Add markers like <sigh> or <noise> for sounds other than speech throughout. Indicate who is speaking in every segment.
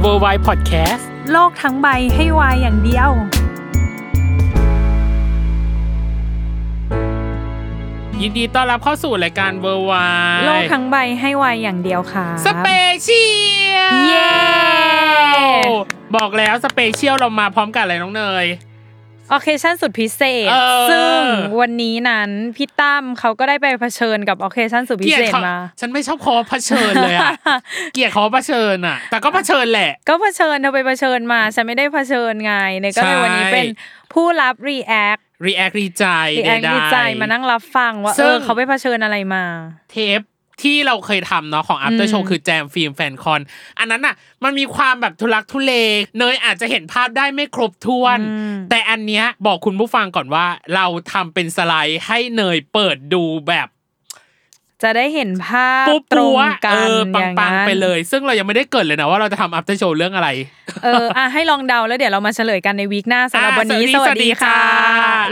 Speaker 1: เวอร์ไวพอดแคสต์
Speaker 2: โลกทั้งใบให้วายอย่างเดียว
Speaker 1: ยินดีต้อนรับเข้าสู่รายการเวอร์ไว
Speaker 2: โลกทั้งใบให้วายอย่างเดียวค่ะ
Speaker 1: สเปเชียล
Speaker 2: เย้
Speaker 1: บอกแล้วสเปเชียลเรามาพร้อมกับอะไรน้องเนย
Speaker 2: ออเคชั่นสุดพิเศษ
Speaker 1: เออ
Speaker 2: ซึ่งวันนี้นั้นพี่ตั้มเขาก็ได้ไปเผชิญกับออเคชั่นสุดพิเศษ
Speaker 1: เขา
Speaker 2: มา
Speaker 1: ฉันไม่ชอบคอเผชิญเลยอะเกลียดคอเผชิญอะแต่ก็เผชิญแหละ
Speaker 2: ก็เผชิญเธอไปเผชิญมาฉันไม่ได้เผชิญไงเนี่ยก็เลย
Speaker 1: ใช่
Speaker 2: วันนี้เป็นผู้รับรีแอค
Speaker 1: รีแอครีใจ
Speaker 2: รีแอค
Speaker 1: ใดๆ
Speaker 2: ดีใจมานั่งรับฟังว่า
Speaker 1: ซึ่
Speaker 2: เอง อเขาไปเผชิญอะไรมา
Speaker 1: เทปที่เราเคยทำเนาะของ after show คือแจมฟิล์มแฟนคอน อันนั้นน่ะมันมีความแบบทุลักทุเลเนยอาจจะเห็นภาพได้ไม่ครบถ้วน แต่อันเนี้ยบอกคุณผู้ฟังก่อนว่าเราทำเป็นสไลด์ให้เนยเปิดดูแบบ
Speaker 2: จะได้เห็นภาพ
Speaker 1: ปุ๊บ
Speaker 2: ตรง
Speaker 1: ปัว
Speaker 2: กั
Speaker 1: เอน อ
Speaker 2: อย่าง
Speaker 1: ปัง
Speaker 2: นั้
Speaker 1: ๆ
Speaker 2: น
Speaker 1: ไปเลย ซึ่งเรายังไม่ได้เกิดเลยนะว่าเราจะทำ after show เรื่องอะไร
Speaker 2: เอออ่ะให้ลองเดาแล้วเดี๋ยวเรามาเฉลยกันในวีคหน้าสำหรับ
Speaker 1: อ่ะ
Speaker 2: วันนี้สวัสดีค่ะ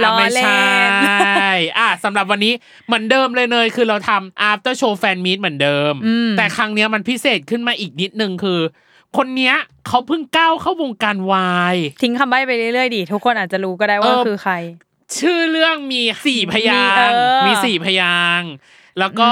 Speaker 2: ล้
Speaker 1: อ่ะ
Speaker 2: อ
Speaker 1: ไม่
Speaker 2: เล่
Speaker 1: ใช่
Speaker 2: น
Speaker 1: อ่ะสำหรับวันนี้เหมือนเดิมเลยเนยคือเราทำ after show fan meet เหมือนเดิม แต่ครั้งเนี้ยมันพิเศษขึ้นมาอีกนิดนึงคือ คนเนี้ยเขาเพิ่งก้าวเข้าวงการวาย
Speaker 2: ทิ้งคำใบ้ไปเรื่อยๆดิทุกคนอาจจะรู้ก็ได้ว่า
Speaker 1: เออ
Speaker 2: คือใคร
Speaker 1: ชื่อเรื่องมีสี่พยาง
Speaker 2: มีเอ
Speaker 1: ค์
Speaker 2: อ
Speaker 1: มีสี่พยางค์แล้วก็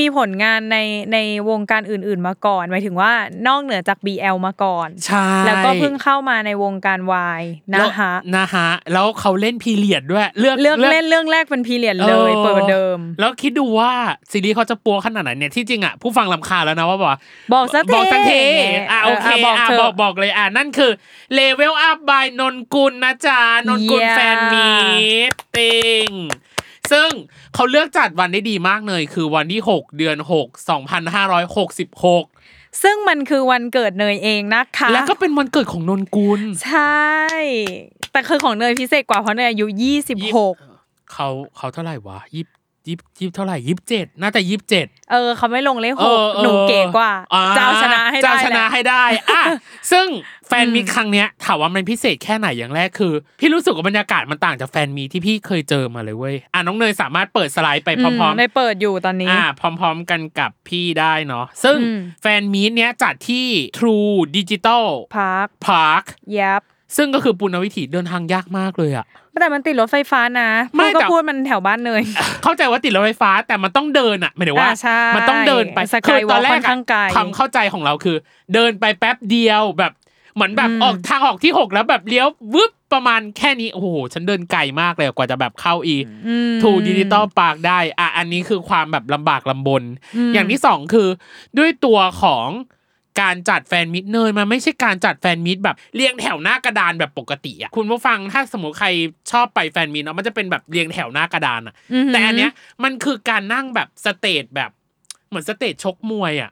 Speaker 2: มีผลงานในในวงการอื่นๆมาก่อนหมายถึงว่านอกเหนือจาก BL มาก่อน
Speaker 1: ใช่
Speaker 2: แล้วก็เพิ่งเข้ามาในวงการวายนะฮะ
Speaker 1: นะฮะแล้วเขาเล่นพีเรียดด้วย เลือก
Speaker 2: เลือกเล่นเรื่องแรกเป็นพีเรียดเลย
Speaker 1: ออ
Speaker 2: เปิดเดิม
Speaker 1: แล้วคิดดูว่าซีรีส์เขาจะปัวขนาดไหนเนี่ยที่จริงอ่ะผู้ฟังลำคาญแล้วนะว่าบอกว่า
Speaker 2: บอกสักที
Speaker 1: บอกสักที
Speaker 2: เนี่ย
Speaker 1: อ่ะโอเค
Speaker 2: เอออ่ะบอก
Speaker 1: อ่ะ
Speaker 2: เถอะ
Speaker 1: บอกบอกเลยอ่ะนั่นคือเลเวลอัพบายนนกุลนะจ๊ะนนกุล
Speaker 2: เยี่ยม
Speaker 1: แฟนมีติงซึ่งเขาเลือกจัดวันได้ดีมากเลย คือวันที่ 6 เดือน 6 2566
Speaker 2: ซึ่งมันคือวันเกิดเนยเองนะคะ
Speaker 1: แล้วก็เป็นวันเกิดของนนกุล
Speaker 2: ใช่ แต่คือของเนยพิเศษกว่าเพราะเนยอายุ 26
Speaker 1: เขาเขาเท่าไหร่วะยิบยิบยิบเท่าไหร่ยิบเจ็ดน่าจะยิบเจ็ด
Speaker 2: เออเขาไม่ลงเลข
Speaker 1: เอ
Speaker 2: หก
Speaker 1: อออ
Speaker 2: หนูเก๋กว่า
Speaker 1: อ่
Speaker 2: เจ้าชนะให้ได้
Speaker 1: เจ้าช
Speaker 2: แห
Speaker 1: นะ
Speaker 2: ละ
Speaker 1: ให้ได้
Speaker 2: <laughs>
Speaker 1: อ่ะ ซึ่งแฟนมีตครั้งเนี้ยถามว่ามันพิเศษแค่ไหนอย่างแรกคือ พี่รู้สึกว่าบรรยากาศมันต่างจากแฟนมีตที่พี่เคยเจอมาเลยเว้ยอ่ะน้องเนยสามารถเปิดสไลด์ไปพร้อม
Speaker 2: ในเปิดอยู่ตอน
Speaker 1: ๆ
Speaker 2: นี้
Speaker 1: อ่ะพร้อม ๆ กันกับพี่ได้เนาะซึ่ง
Speaker 2: อืม
Speaker 1: แฟนมีตเนี้ยจัดที่ True Digital
Speaker 2: พัก
Speaker 1: Park
Speaker 2: ยับ
Speaker 1: ซึ่งก็คือปุณณวิถีเดินทางยากมากเลยอ่ะ
Speaker 2: แต่มันติดรถไฟฟ้านะ
Speaker 1: ไม่
Speaker 2: พูดก็
Speaker 1: แต่
Speaker 2: พูดมันแถวบ้านเลย
Speaker 1: เข้าใจว่าติดรถไฟฟ้าแต่มันต้องเดินอ่ะหมายถึงว่า
Speaker 2: อ่าใช่
Speaker 1: มันต้องเดินไป
Speaker 2: สกายวอล์คค่อนข้างไกล
Speaker 1: ความเข้าใจของเราคือ เดินไปแป๊บเดียวแบบเหมือนแบบ
Speaker 2: อืม
Speaker 1: ออกทางออกที่หกแล้วแบบเลี้ยววึบประมาณแค่นี้โอ้โหฉันเดินไกลมากเลยกว่าจะแบบเข้าอี
Speaker 2: อืม
Speaker 1: ทูดิจิตอลปาร์กได้อ่ะอันนี้คือความแบบลำบากลำบน อย่างที่สองคือ ด้วยตัวของการจัดแฟนมิตเนยมันไม่ใช่การจัดแฟนมิตแบบเรียงแถวหน้ากระดานแบบปกติอ่ะคุณผู้ฟังถ้าสมมติใครชอบไปแฟนมิตเนาะมันจะเป็นแบบเรียงแถวหน้ากระดานอ่ะ
Speaker 2: อือหือ
Speaker 1: แต่อันเนี้ยมันคือการนั่งแบบสเตจแบบ เหมือนสเตจชกมวยอ่ะ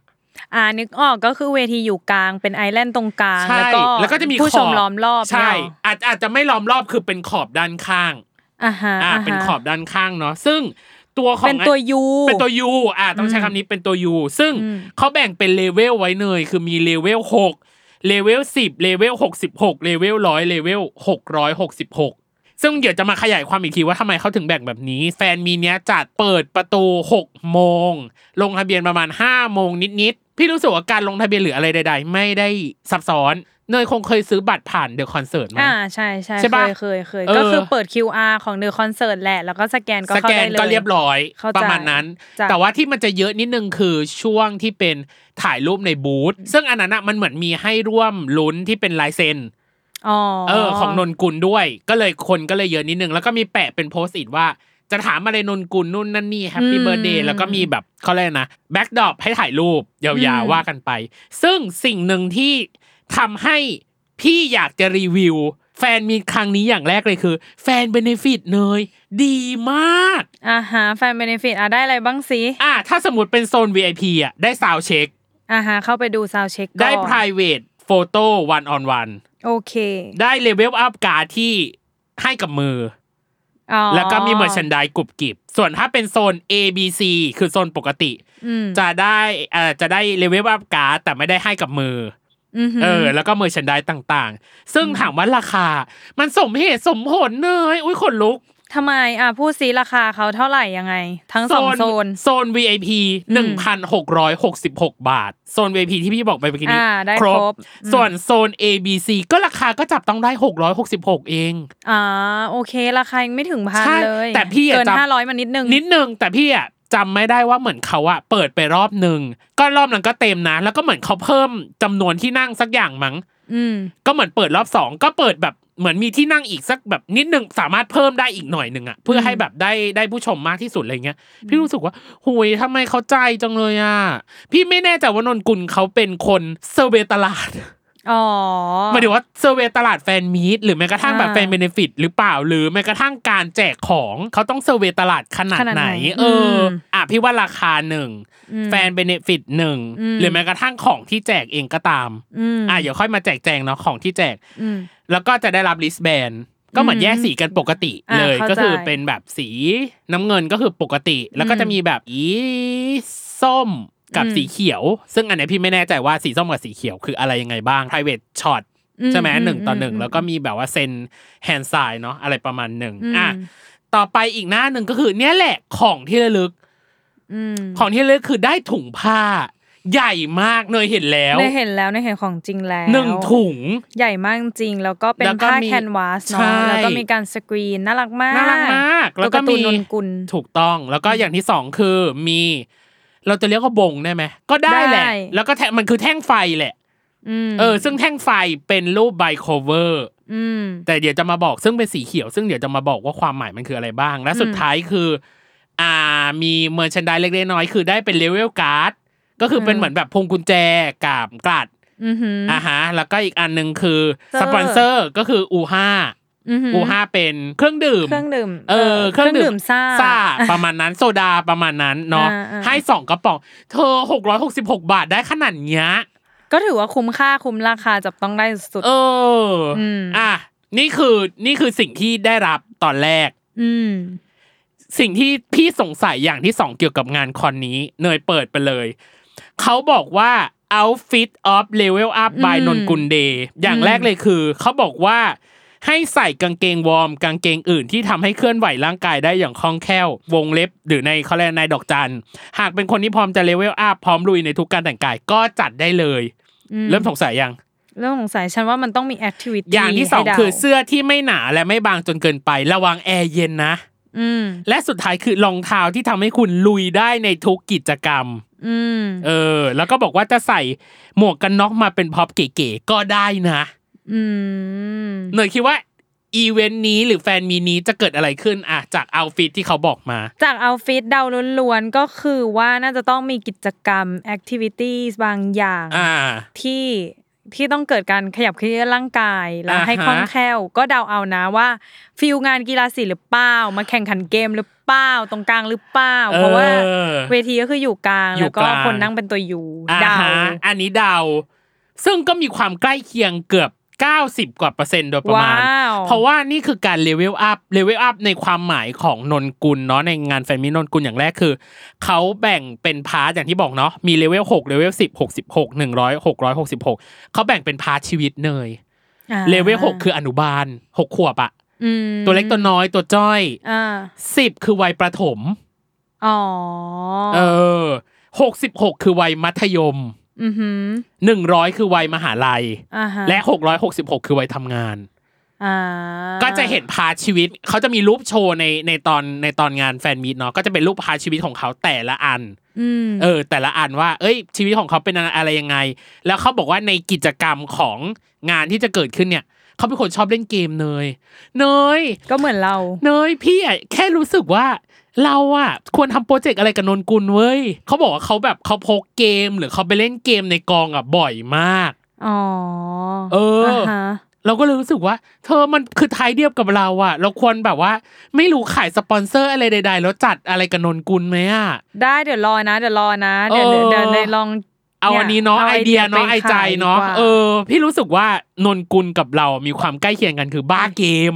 Speaker 2: อ่านึกออกก็คือเวทีอยู่กลางเป็นไอแลนด์ตรงกลาง
Speaker 1: ใช่
Speaker 2: แล้วก็
Speaker 1: แล้วก็จะมี
Speaker 2: ผู้
Speaker 1: ข
Speaker 2: ช
Speaker 1: อบ
Speaker 2: มล้อมรอบ
Speaker 1: ใช่
Speaker 2: เนี่ยหรอ
Speaker 1: อาจอาจจะไม่ล้อมรอบคือเป็นขอบด้านข้าง
Speaker 2: อ่าฮะ
Speaker 1: อ่า
Speaker 2: ฮะ
Speaker 1: เป็นขอบด้านข้างเนาะซึ่งตัวของ
Speaker 2: เป็นตัวยู
Speaker 1: เป็นตัวยูอ่าต้องใช้คำนี้เป็นตัวยูซึ่ง
Speaker 2: อืม
Speaker 1: เขาแบ่งเป็นเลเวลไว้เนยคือมีเลเวลหกเลเวลสิบเลเวลหกสิบหกเลเวลร้อยเลเวลหกร้อยหกสิบหกซึ่งเดี๋ยวจะมาขยายความอีกทีว่าทำไมเขาถึงแบ่งแบบนี้ แฟนมีเนี้ยจัดเปิดประตูหกโมงลงทะเบียนประมาณห้าโมงนิดๆพี่รู้สึกว่าการลงทะเบียนหรืออะไรใด ๆ ไม่ได้ซับซ้อน เนยคงเคยซื้อบัตรผ่านเดอะคอนเสิร์ตมา
Speaker 2: อ่าใช่ใช่
Speaker 1: ใช่
Speaker 2: เค
Speaker 1: ปะ
Speaker 2: ยเคยเคย
Speaker 1: เออ
Speaker 2: ก็คือเปิด QR ของเดอะคอนเสิร์ตแหละ แล้วก็สแกนก็
Speaker 1: ส
Speaker 2: เข้า
Speaker 1: แกน
Speaker 2: ได้เลย
Speaker 1: ก็เรียบร้อย
Speaker 2: เข้าใจ
Speaker 1: ประมาณนั้น
Speaker 2: จ้ะ
Speaker 1: แต่ว่าที่มันจะเยอะนิดนึงคือช่วงที่เป็นถ่ายรูปในบูธซึ่งอันนั้นอะมันเหมือนมีให้ร่วมลุ้นที่เป็นลายเซ็น
Speaker 2: อ๋อ
Speaker 1: เออของนนกุลด้วย ก็เลยคนก็เลยเยอะนิดนึง แล้วก็มีแปะเป็นโพสต์อิทว่า จะถามอะไรนนกุลนู่นนั่นนี่แฮปปี้เบ t ร์ a เดย์แล้วก็มีแบบเขาเรียกนะแบ็กดอปให้ถ่ายรูปยาวๆว่ากันไป ซึ่งสิ่งหนึ่งที่ทำให้พี่อยากจะรีวิว แฟนมีครั้งนี้อย่างแรกเลยคือ แฟนเบเนฟิตเนยดีมาก
Speaker 2: อ่าฮะแฟนเบเนฟิตอ่ะได้อะไรบ้างสิ
Speaker 1: อ่ะถ้าสมมติเป็นโซน VIP อ่ะได้ซาวเช็ค
Speaker 2: อ่าฮะเข้าไปดูซาวเช็ค
Speaker 1: ได้ private photo one on one
Speaker 2: โอเค
Speaker 1: ได้เลเวลอัพการ์ดที่ให้กับมือ
Speaker 2: อ๋อ
Speaker 1: แล้วก็มีเมอร์ชันดายกรุบกริบ ส่วนถ้าเป็นโซน A B C คือโซนปกติ
Speaker 2: อืม
Speaker 1: จะได้เอ่อจะได้เลเวลอัพการ์ดแต่ไม่ได้ให้กับมือ
Speaker 2: อือ
Speaker 1: อ
Speaker 2: หือ
Speaker 1: เออ แล้วก็เมอร์ชันดายต่างๆ ซึ่งถามว่าราคา มันสมเหตุสมผลเนยอุ้ยขนลุก
Speaker 2: ทำไมอ่ะพูดซิราคาเขาเท่าไหร่ยังไง ทั้งสองโซน
Speaker 1: โซน VIP 1,666 บาท โซน VIP ที่พี่บอกไปเมื่อกี้นี้
Speaker 2: อ่าได้ครบอืม
Speaker 1: ส่วนโซน ABC ก็ราคาก็จับต้องได้ 666 เอง
Speaker 2: อ่าโอเค ราคายังไม่ถึงพัน
Speaker 1: ใช่
Speaker 2: เลย
Speaker 1: แต่พี่อะ
Speaker 2: เกิน
Speaker 1: จำ
Speaker 2: ห้าร้อยมานิดนึง
Speaker 1: นิดนึงแต่พี่อะจำไม่ได้ว่าเหมือนเขาอะเปิดไปรอบหนึ่งก็รอบนั้นก็เต็มนะ แล้วก็เหมือนเขาเพิ่มจำนวนที่นั่งสักอย่างมั้ง
Speaker 2: อืม
Speaker 1: ก็เหมือนเปิดรอบสองก็เปิดแบบเหมือนมีที่นั่งอีกสักแบบนิดนึงสามารถเพิ่มได้อีกหน่อยหนึ่งอะเพื่อให้แบบได้ได้ผู้ชมมากที่สุดอะไรเงี้ย พี่รู้สึกว่าหุยทำไมเขาใจจังเลยอะพี่ไม่แน่ใจว่านนกุลเขาเป็นคนเซอร์เวย์ตลาด
Speaker 2: อ๋อ
Speaker 1: หมายถึงว่าเซอร์เวยตลาดแฟนมีตหรือแม้กระทั่งแบบ
Speaker 2: อ่า
Speaker 1: แฟนเบเนฟิตหรือเปล่าหรือแม้กระทั่งการแจกของเขาต้องเซอร์เวยตลาดขนาด
Speaker 2: ขนาด
Speaker 1: ไหน
Speaker 2: ไหน
Speaker 1: เอออ
Speaker 2: ม
Speaker 1: อ่ะพี่ว่าราคาหนึ่งแฟนเบเนฟิตหนึ่งหรือแม้กระทั่งของที่แจกเองก็ตาม
Speaker 2: อืม
Speaker 1: อ่ะเดี๋ยวค่อยมาแจกแจงเนาะของที่แจก
Speaker 2: อืม
Speaker 1: แล้วก็จะได้รับลิสแบนก็เหมือนแยกสีกันปกติ
Speaker 2: อ่า
Speaker 1: เลย
Speaker 2: เข้า
Speaker 1: ก็คือ
Speaker 2: ใจ
Speaker 1: เป็นแบบสีน้ำเงินก็คือปกติ แล้วก็จะมีแบบอีส้มกับสีเขียว ซึ่งอันเนี้ยพี่ไม่แน่ใจว่าสีส้มกับสีเขียวคืออะไรยังไงบ้าง private shot ใช่ไหมหนึ่งต่อหนึ่งแล้วก็มีแบบว่าเซนแฮนด์ไซน์เนาะอะไรประมาณหนึ่งอ่ะต่อไปอีกหน้าหนึ่งก็คือเนี่ยแหละของที่ระลึก
Speaker 2: อืม
Speaker 1: ของที่ระลึกคือได้ถุงผ้า ใหญ่มากเนยเห็นแล้ว
Speaker 2: ได้เห็นแล้วได้เห็นของจริงแล้ว
Speaker 1: หนึ่งถุง
Speaker 2: ใหญ่มากจริง แล้วก็เป็น
Speaker 1: แล้วก็
Speaker 2: ผ้า
Speaker 1: มี
Speaker 2: แคนวาส
Speaker 1: ใช่
Speaker 2: เนาะแล้วก็มีการสกรีนน่ารักมาก
Speaker 1: น่ารักมาก
Speaker 2: ตั
Speaker 1: แล้ว ว
Speaker 2: กา
Speaker 1: ก็
Speaker 2: ร์ตูน
Speaker 1: มี
Speaker 2: นนกุล
Speaker 1: ถูกต้องแล้วก็อย่างที่สองคือมี เราจะเรียกว่าบงได้ไหมก็ได้แหละ
Speaker 2: ได้
Speaker 1: แล้วก็แท่งมันคือแท่งไฟแหละ
Speaker 2: ม
Speaker 1: เออซึ่งแท่งไฟเป็นรูปไบโคเวอร์
Speaker 2: อืม
Speaker 1: แต่เดี๋ยวจะมาบอกซึ่งเป็นสีเขียว ซึ่งเดี๋ยวจะมาบอกว่าความหมายมันคืออะไรบ้าง และสุดท้ายคือ อ่ามีเมอร์ชันดายเล็กๆน้อยๆคือได้เป็นเลเวลการ์ดก็คือเป็นเหมือนแบบพวงกุญแจกับกลัด
Speaker 2: อือหืออ
Speaker 1: อ่ะฮะแล้วก็อีกอันหนึ่งคือ
Speaker 2: เซอร์
Speaker 1: สปอนเซอร์ก็คืออูห้า
Speaker 2: อือหือ
Speaker 1: อูห้าเป็นเครื่องดื่ม
Speaker 2: เครื่องดื่ม
Speaker 1: เออเครื่องดื่ม
Speaker 2: ซ่า
Speaker 1: ประมาณนั้นโซดาประมาณนั้นเนาะ
Speaker 2: อ่าอ่า
Speaker 1: ให้สองกระป๋องเธอหกร้อยหกสิบหกบาทได้ขนาดเนี้ย
Speaker 2: ก็ถือว่าคุ้มค่าคุ้มราคาจับต้องได้สุด
Speaker 1: เอออ
Speaker 2: ม
Speaker 1: อ่ะนี่คือนี่คือสิ่งที่ได้รับตอนแรก
Speaker 2: อืม
Speaker 1: สิ่งที่พี่สงสัยอย่างที่สองเกี่ยวกับงานคอนนี้ เนยเปิดไปเลย เขาบอกว่า outfit of level up by
Speaker 2: อืม
Speaker 1: นนกุลเดย์อย่างแรกเลยคือ เขาบอกว่าให้ใส่กางเกงวอร์มกางเกงอื่นที่ทำให้เคลื่อนไหวร่างกายได้อย่างคล่องแคล่ว วงเล็บหรือในเขาเรียกในายดอกจัน หากเป็นคนที่พร้อมจะเลเวลอัพพร้อมลุยในทุกการแต่งกายก็จัดได้เลย เริ่มสงสัยยัง
Speaker 2: เรื่องของสายฉันว่ามันต้องมีแอคทิวิตี้
Speaker 1: อย่างที่สองคือเสื้อที่ไม่หนาและไม่บางจนเกินไประวังแอร์เย็นนะ
Speaker 2: อืม
Speaker 1: และสุดท้ายคือรองเท้าที่ทำให้คุณลุยได้ในทุกกิจกรรม
Speaker 2: อืม
Speaker 1: เออ แล้วก็บอกว่าจะใส่หมวกกันน็อกมาเป็นพ็อปเก๋ๆก็ได้นะ
Speaker 2: อืม
Speaker 1: เนยคิดว่าอีเวนต์นี้หรือแฟนมีนี้จะเกิดอะไรขึ้นอะจากเอาฟิตที่เขาบอกมา
Speaker 2: จากเอาฟิตเดาล้วนๆ ก็คือว่าน่าจะต้องมีกิจกรรมแอคทิวิตี้บางอย่าง
Speaker 1: อ่า
Speaker 2: ที่ที่ต้องเกิดการขยับเคลื่อนร่างกาย แล้วให้
Speaker 1: อ่าฮะ
Speaker 2: คล่องแคล่ว ก็เดาเอานะว่าฟิลงานกีฬาสีหรือเปล่ามาแข่งขันเกมหรือเปล่าตรงกลางหรือเปล่าเพราะว่า
Speaker 1: ออ
Speaker 2: เวทีก็คืออยู่กลาง
Speaker 1: อยู่
Speaker 2: แล้วก็
Speaker 1: กลาง
Speaker 2: คนนั่งเป็นตัวอยู่
Speaker 1: อ่า
Speaker 2: เดา
Speaker 1: ฮะอันนี้เดา ซึ่งก็มีความใกล้เคียงเกือบ 90 กว่าเปอร์เซ็นต์โดยประมา
Speaker 2: ว้า
Speaker 1: ณ
Speaker 2: ว
Speaker 1: เพราะว่านี่คือการเลเวลอัพเลเวลอัพในความหมายของนนกุลเนาะในงานแฟนมิตนนกุลอย่างแรกคือ เขาแบ่งเป็นพาร์ทอย่างที่บอกเนาะมีเลเวล6เลเวล10 66 100 666 เขาแบ่งเป็นพาร์ทชีวิตเนย
Speaker 2: อ่า
Speaker 1: เลเวล6คืออนุบาล 6 ขวบอะ
Speaker 2: ม
Speaker 1: ตัวเล็กตัวน้อยตัวจ้อย
Speaker 2: อ่า
Speaker 1: 10 คือวัยประถม
Speaker 2: อ๋อ
Speaker 1: เออ66 คือวัยมัธยม
Speaker 2: อือหือ
Speaker 1: หนึ่งร้อยคือวัยมหาลัย
Speaker 2: อ่าฮะ
Speaker 1: และหกร้อยหกสิบหกคือวัยทำงาน
Speaker 2: อ่า
Speaker 1: ก็จะเห็นพาร์ทชีวิตเขาจะมีรูปโชว์ในในตอนในตอนงานแฟนมีตเนาะก็จะเป็นรูปพาร์ทชีวิตของเขาแต่ละอัน
Speaker 2: อืม
Speaker 1: เออ แต่ละอันว่า เอ้ย ชีวิตของเขาเป็นอะไรยังไง แล้วเขาบอกว่าในกิจกรรมของงานที่จะเกิดขึ้นเนี่ย เขาเป็นคนชอบเล่นเกมเนย เนย
Speaker 2: ก็เหมือนเรา
Speaker 1: เนยพี่อะแค่รู้สึกว่าเราอะควรทำโปรเจกต์อะไรกับนนกุลเว้ยเขาบอกว่าเขาแบบเขาพกเกมหรือเขาไปเล่นเกมในกองอะบ่อยมาก
Speaker 2: อ๋อ
Speaker 1: เอออ่
Speaker 2: าฮะ
Speaker 1: เราก็เลยรู้สึกว่า เธอมันคือไทยเดียบกับเราอะเราควรแบบว่า ไม่รู้ขายสปอนเซอร์อะไรใด ๆ แล้วจัดอะไรกับนนกุลไหมอะ
Speaker 2: ได้เดี๋ยวรอนะ เดี๋ยวรอนะ เดี๋ยว
Speaker 1: เออ
Speaker 2: เดี๋ยวเดี๋ยวลอง
Speaker 1: เอาอันนี้เนาะ
Speaker 2: ย
Speaker 1: ไอเดียเนาะ
Speaker 2: ป
Speaker 1: ไอใจ
Speaker 2: ขย
Speaker 1: เนาะ
Speaker 2: ดีกว่
Speaker 1: เออ พี่รู้สึกว่านนกุลกับเรามีความใกล้เคียงกันคือบ้าเกม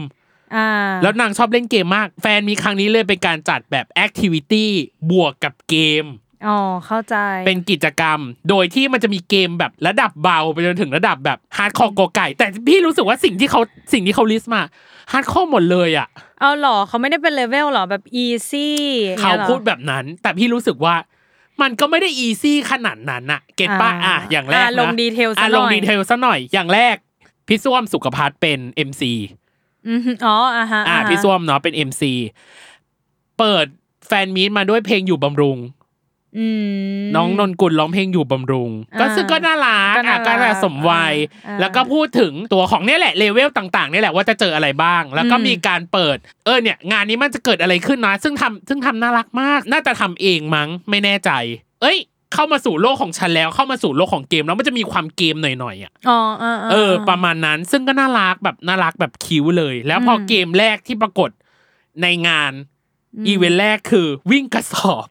Speaker 2: อ่า
Speaker 1: แล้วนางชอบเล่นเกมมาก แฟนมีครั้งนี้เลยเป็นการจัดแบบแอคทิวิตี้บวกกับเกม
Speaker 2: อ๋อเข้าใจ
Speaker 1: เป็นกิจกรรม โดยที่มันจะมีเกมแบบระดับเบาไปจนถึงระดับแบบฮาร์ดคอร์กอไก่ แต่พี่รู้สึกว่าสิ่งที่เขาสิ่งที่เขาลิสต์มาฮาร์ดคอร์หมดเลยอ่ะ
Speaker 2: เอาหรอเขาไม่ได้เป็นเลเวลหรอแบบ easy อีซี่าง
Speaker 1: เขา
Speaker 2: งี้ยหรอ
Speaker 1: พูดแบบนั้น แต่พี่รู้สึกว่ามันก็ไม่ได้อีซี่ขนาดนั้นอะเก็ตป้า
Speaker 2: อ่า
Speaker 1: อ่ะอย่างแรก
Speaker 2: อ่ะ
Speaker 1: นะ
Speaker 2: ลงดีเทลซะ
Speaker 1: อ่ะ
Speaker 2: หน่
Speaker 1: ล
Speaker 2: อย
Speaker 1: งดีเทลซะหน่อยอย่างแรกพี่ส้วมสุขภัทรเป็น MC
Speaker 2: อือหืออ๋ออ่าฮะ
Speaker 1: อ่า
Speaker 2: ฮะ
Speaker 1: พี่ส้วมเนาะเป็น MC เปิดแฟนมีตมาด้วยเพลงอยู่บำรุง
Speaker 2: อืม
Speaker 1: น้องนนกุลร้องเพลงอยู่บำรุง
Speaker 2: อ่า
Speaker 1: ก็ซึ่งก็น่ารัก
Speaker 2: ก็
Speaker 1: อ่ะ
Speaker 2: น่ารัก
Speaker 1: ก็น่าสมวัย
Speaker 2: อ่า
Speaker 1: แล้วก็พูดถึงตัวของเนี่ยแหละเลเวลต่างๆเนี่ยแหละว่าจะเจออะไรบ้าง แล้วก็
Speaker 2: อืม
Speaker 1: มีการเปิด เออเนี่ย งานนี้มันจะเกิดอะไรขึ้นนะ ซึ่งทำซึ่งทำน่ารักมาก น่าจะทำเองมั้งไม่แน่ใจ เอ้ย เข้ามาสู่โลกของฉันแล้วเข้ามาสู่โลกของเกมแล้วมันจะมีความเกมหน่อยๆอ่ะ
Speaker 2: อ๋ออ่าา
Speaker 1: เออประมาณนั้นซึ่งก็น่ารักแบบน่ารักแบบคิ้วเลย แล้วพออ
Speaker 2: ม
Speaker 1: เกมแรกที่ปรากฏในงานอีเวนต์แรกคือวิ่งกระสอบ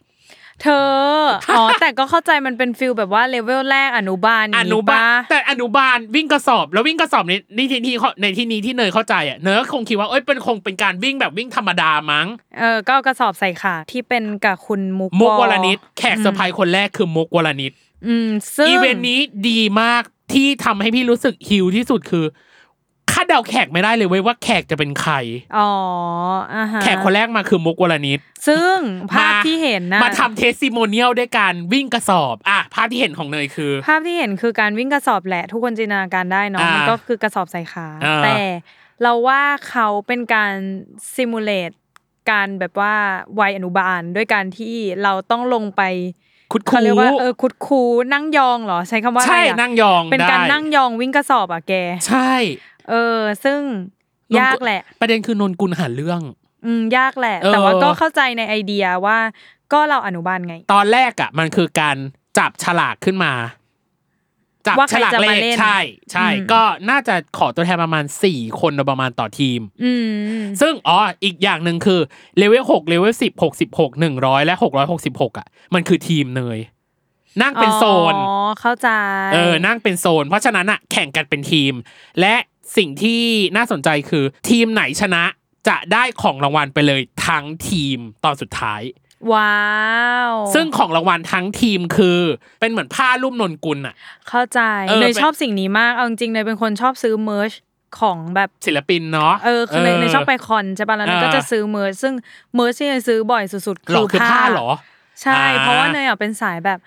Speaker 2: เธอ อ๋อ แต่ก็เข้าใจมันเป็นฟิลแบบว่าเลเวลแรกอนุบาล
Speaker 1: อ
Speaker 2: อย่างงี้
Speaker 1: นุบาล
Speaker 2: ปะ
Speaker 1: แต่อนุบาลวิ่งกระสอบแล้ววิ่งกระสอบในในที่ที่เขาในที่นี้ที่เนยเข้าใจอ่ะเนยก็คงคิดว่าเอ้ยเป็นคงเป็นการวิ่งแบบวิ่งธรรมดามั้ง
Speaker 2: เออ ก็เอากระสอบใส่ขาที่เป็นกับคุณมุก
Speaker 1: มกวรนิดแขกเซอร์ไพรส์คนแรกคือมกวรนิด
Speaker 2: อืม ซึ่ง
Speaker 1: อีเวนต์นี้ดีมากที่ทำให้พี่รู้สึกฮิวที่สุดคือคาดเดาแขกไม่ได้เลยเว้ยว่าแขกจะเป็นใคร
Speaker 2: อ๋ออ่าฮะ
Speaker 1: แขกคนแรกมาคือมกวรนิด
Speaker 2: ซึ่งภา
Speaker 1: มา
Speaker 2: พที่เห็นนะ
Speaker 1: มาทำเทสติโมเนียลด้วยการวิ่งกระสอบอ่ะภาพที่เห็นของเนยคือ
Speaker 2: ภาพที่เห็นคือการวิ่งกระสอบแหละ ทุกคนจินตนาการได้เนาะ
Speaker 1: อ่ามั
Speaker 2: มันก็คือกระสอบใส่ขา
Speaker 1: อ่า
Speaker 2: แต่เราว่าเขาเป็นการซิมูเลตการแบบว่าวัยอนุบาลด้วยการที่เราต้องลงไป
Speaker 1: คุดคู
Speaker 2: เขาเรียกว่าเออคุดคูนั่งยองเหรอใช้คำว่าอะไร
Speaker 1: ใช่
Speaker 2: อะ
Speaker 1: นั่งยอง
Speaker 2: เป็นการ
Speaker 1: ได้
Speaker 2: นั่งยองวิ่งกระสอบอ่ะแก
Speaker 1: ใช่
Speaker 2: เออ ซึ่งยากแหละ
Speaker 1: ประเด็นคือนนกุลหาเรื่อง
Speaker 2: อืมยากแหละ
Speaker 1: เออ
Speaker 2: แต่ว่าก็เข้าใจในไอเดียว่าก็เราอนุบาลไง
Speaker 1: ตอนแรกอ่ะมันคือการจับฉลากขึ้นมา จับ
Speaker 2: ว่าใค
Speaker 1: ฉ
Speaker 2: ร
Speaker 1: ลาก
Speaker 2: จะ
Speaker 1: เล
Speaker 2: มา
Speaker 1: ข
Speaker 2: เล่น
Speaker 1: ใช่ ใช่
Speaker 2: อืม
Speaker 1: ก็น่าจะขอตัวแทนประมาณสี่คนโดยประมาณต่อทีม
Speaker 2: อืม
Speaker 1: ซึ่งอ๋ออีกอย่างหนึ่งคือเลเวลหกเลเวลสิบหกสิบหกหนึ่งร้อยและหกร้อยหกสิบหกอ่ะมันคือทีมเนยนั่งเป็นโซน
Speaker 2: อ๋อเข้าใจ
Speaker 1: เออ นั่งเป็นโซน เพราะฉะนั้นอ่ะแข่งกันเป็นทีม และสิ่งที่น่าสนใจคือทีมไหนชนะจะได้ของรางวัลไปเลยทั้งทีมตอนสุดท้าย
Speaker 2: ว้าว
Speaker 1: ซึ่งของรางวัลทั้งทีมคือเป็นเหมือนผ้ารูปนนกุลอ่ะ
Speaker 2: เข้าใจ
Speaker 1: เออ
Speaker 2: เนย
Speaker 1: เป็น
Speaker 2: ชอบสิ่งนี้มากเอาจริงๆเนยเป็นคนชอบซื้อเม r ร์ชของแบบ
Speaker 1: ศิลปินเนาะ
Speaker 2: เออคือเนยเนยชอบไปคอนใช่ป่ะแล้วเนยก็
Speaker 1: อ่า
Speaker 2: จะซื้อเม r ร์ชซึ่งเม r ร์ชที่เนยซื้อบ่อยสุดๆ
Speaker 1: หรอคือผ้าเหรอ
Speaker 2: ใช่ เพราะว่า
Speaker 1: อ่า
Speaker 2: เนยอ่ะเป็นสายแบบ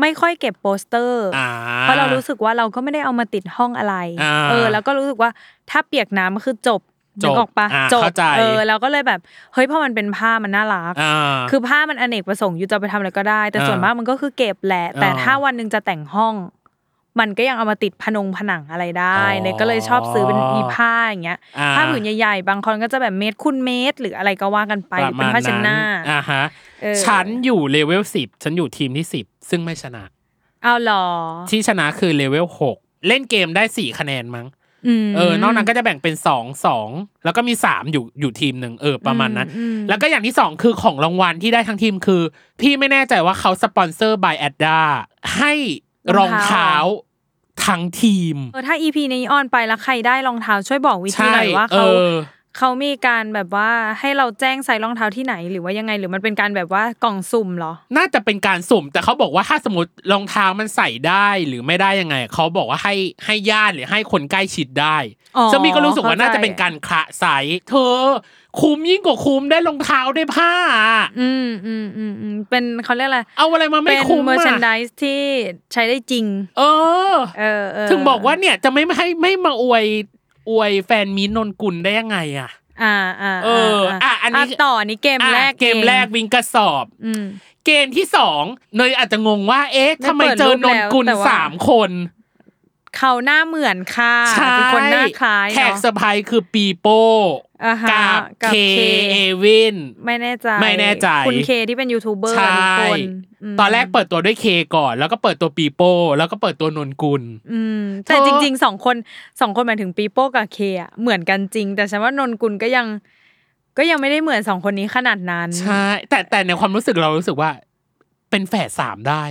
Speaker 2: ไม่ค่อยเก็บโปสเตอร์
Speaker 1: อ่า
Speaker 2: เพราะเรารู้สึกว่าเราก็ไม่ได้เอามาติดห้องอะไร
Speaker 1: อ่า
Speaker 2: เออ แล้วก็รู้สึกว่าถ้าเปียกน้ำก็คือจบ
Speaker 1: จบ
Speaker 2: นึกออกปะ
Speaker 1: อ่า
Speaker 2: จบ
Speaker 1: เข้าใจ
Speaker 2: เออเราก็เลยแบบเฮ้ยพอมันเป็นผ้ามันน่ารัก
Speaker 1: อ่า
Speaker 2: คือผ้ามันอเนกประสงค์อยู่จะไปทำอะไรก็ได้ แต่ส่วน
Speaker 1: อ่าม
Speaker 2: มากมันก็คือเก็บแหละ
Speaker 1: อ่า
Speaker 2: แต่ถ้าวันหนึ่งจะแต่งห้อง มันก็ยังเอามาติดผนงผนังอะไรได้
Speaker 1: อ๋อ
Speaker 2: เนี่ยก็เลยชอบซื้อเป็นอีผ้าอย่างเงี้ย
Speaker 1: อ่า
Speaker 2: ผ้าผืนใหญ่ๆ บางคนก็จะแบบเมตรคูณเมตร หรืออะไรก็ว่ากันไปหรือเป็นผ้าเช็ดหน้า
Speaker 1: อ่าฮะ
Speaker 2: เออ
Speaker 1: ฉันอยู่เลเวลสิบฉันอยู่ทีมที่สิบซึ่งไม่ชนะ
Speaker 2: เอาหรอ
Speaker 1: ที่ชนะคือเลเวลหกเล่นเกมได้สี่คะแนนมั้ง
Speaker 2: ม
Speaker 1: เออนอกนั้นก็จะแบ่งเป็นสองสองแล้วก็มีสามอยู่อยู่ทีมหนึ่งเออประมาณนั้น
Speaker 2: อืมอืม
Speaker 1: แล้วก็อย่างที่สองคือของรางวัลที่ได้ทั้งทีมคือ พี่ไม่แน่ใจว่าเขาสปอนเซอร์ by แอดดาให้รองเท้าทั้งทีม
Speaker 2: เออถ้าอีพีนี้ออนไปแล้วใครได้รองเท้าช่วยบอกวิธีหน่อยว่าเขา
Speaker 1: ออ
Speaker 2: เขามีการแบบว่าให้เราแจ้งใส่รองเท้าที่ไหนหรือว่ายังไงหรือมันเป็นการแบบว่ากล่องสุ่มเหรอ
Speaker 1: น่าจะเป็นการสุ่ม แต่เขาบอกว่าถ้าสมมติรองเท้ามันใส่ได้หรือไม่ได้ยังไง เขาบอกว่าให้ให้ญาติหรือให้คนใกล้ชิดได้
Speaker 2: อ๋อ
Speaker 1: ซึ่งมีก็รู้สึกว่า
Speaker 2: เข้าใจ
Speaker 1: น่าจะเป็นการขระใสเธอ คุ้มยิ่งกว่าคุ้มได้รองเท้าได้ผ้าอะ
Speaker 2: อืมอืมอืมอืมเป็นเขาเรียกอะไร
Speaker 1: เอาอะไรมาไม่
Speaker 2: เป็น
Speaker 1: คุ้ม
Speaker 2: เมอร์ชนด
Speaker 1: อะ
Speaker 2: ที่ใช้ได้จริง
Speaker 1: เออ
Speaker 2: เออเ
Speaker 1: ถึงบอกว่าเนี่ยจะไม่ให้ไม่มาอวยอวยแฟนมิ้นท์นนกุลได้ยังไงอะ
Speaker 2: อ่าอ่า
Speaker 1: เอออ่ะอันนี้
Speaker 2: ต่ออันนี้เกมแรก
Speaker 1: อ่ะเกมแรก
Speaker 2: อง
Speaker 1: วิ่งกระสอบ
Speaker 2: อืม
Speaker 1: เกมที่สองเนยอาจจะงงว่า เอ๊ะ
Speaker 2: ได้
Speaker 1: ทำไมเจอนนกุล
Speaker 2: เปิดรูปแล้วแต่ว่า
Speaker 1: สามคน
Speaker 2: เขาหน้าเหมือนค่ะ
Speaker 1: ใช่
Speaker 2: เป็นคนหน้าคล้าย
Speaker 1: แขก
Speaker 2: เนาะ
Speaker 1: เซอร์ไพรส์คือปีโป้
Speaker 2: อ่าฮะ
Speaker 1: กับ
Speaker 2: กับ
Speaker 1: เค
Speaker 2: K
Speaker 1: เอวิน
Speaker 2: ไม่แน่ใจ
Speaker 1: ไม่แน่ใจ
Speaker 2: คุณเคที่เป็นยูทูบเบอร์
Speaker 1: ใช่
Speaker 2: ทุกคนม
Speaker 1: ตอนแรกเปิดตัวด้วยเคก่อน แล้วก็เปิดตัวปีโป้ แล้วก็เปิดตัวนนกุล
Speaker 2: อืมแต่
Speaker 1: เธอ
Speaker 2: จริงๆสองคนสองคนหมายถึงปีโป้กับเคอะเหมือนกันจริง แต่ฉันว่านนกุลก็ยัง ก็ยังไม่ได้เหมือนสองคนนี้ขนาดนั้น
Speaker 1: ใช่ แต่แต่ในความรู้สึกเรารู้สึกว่า เป็นแฝดสามได้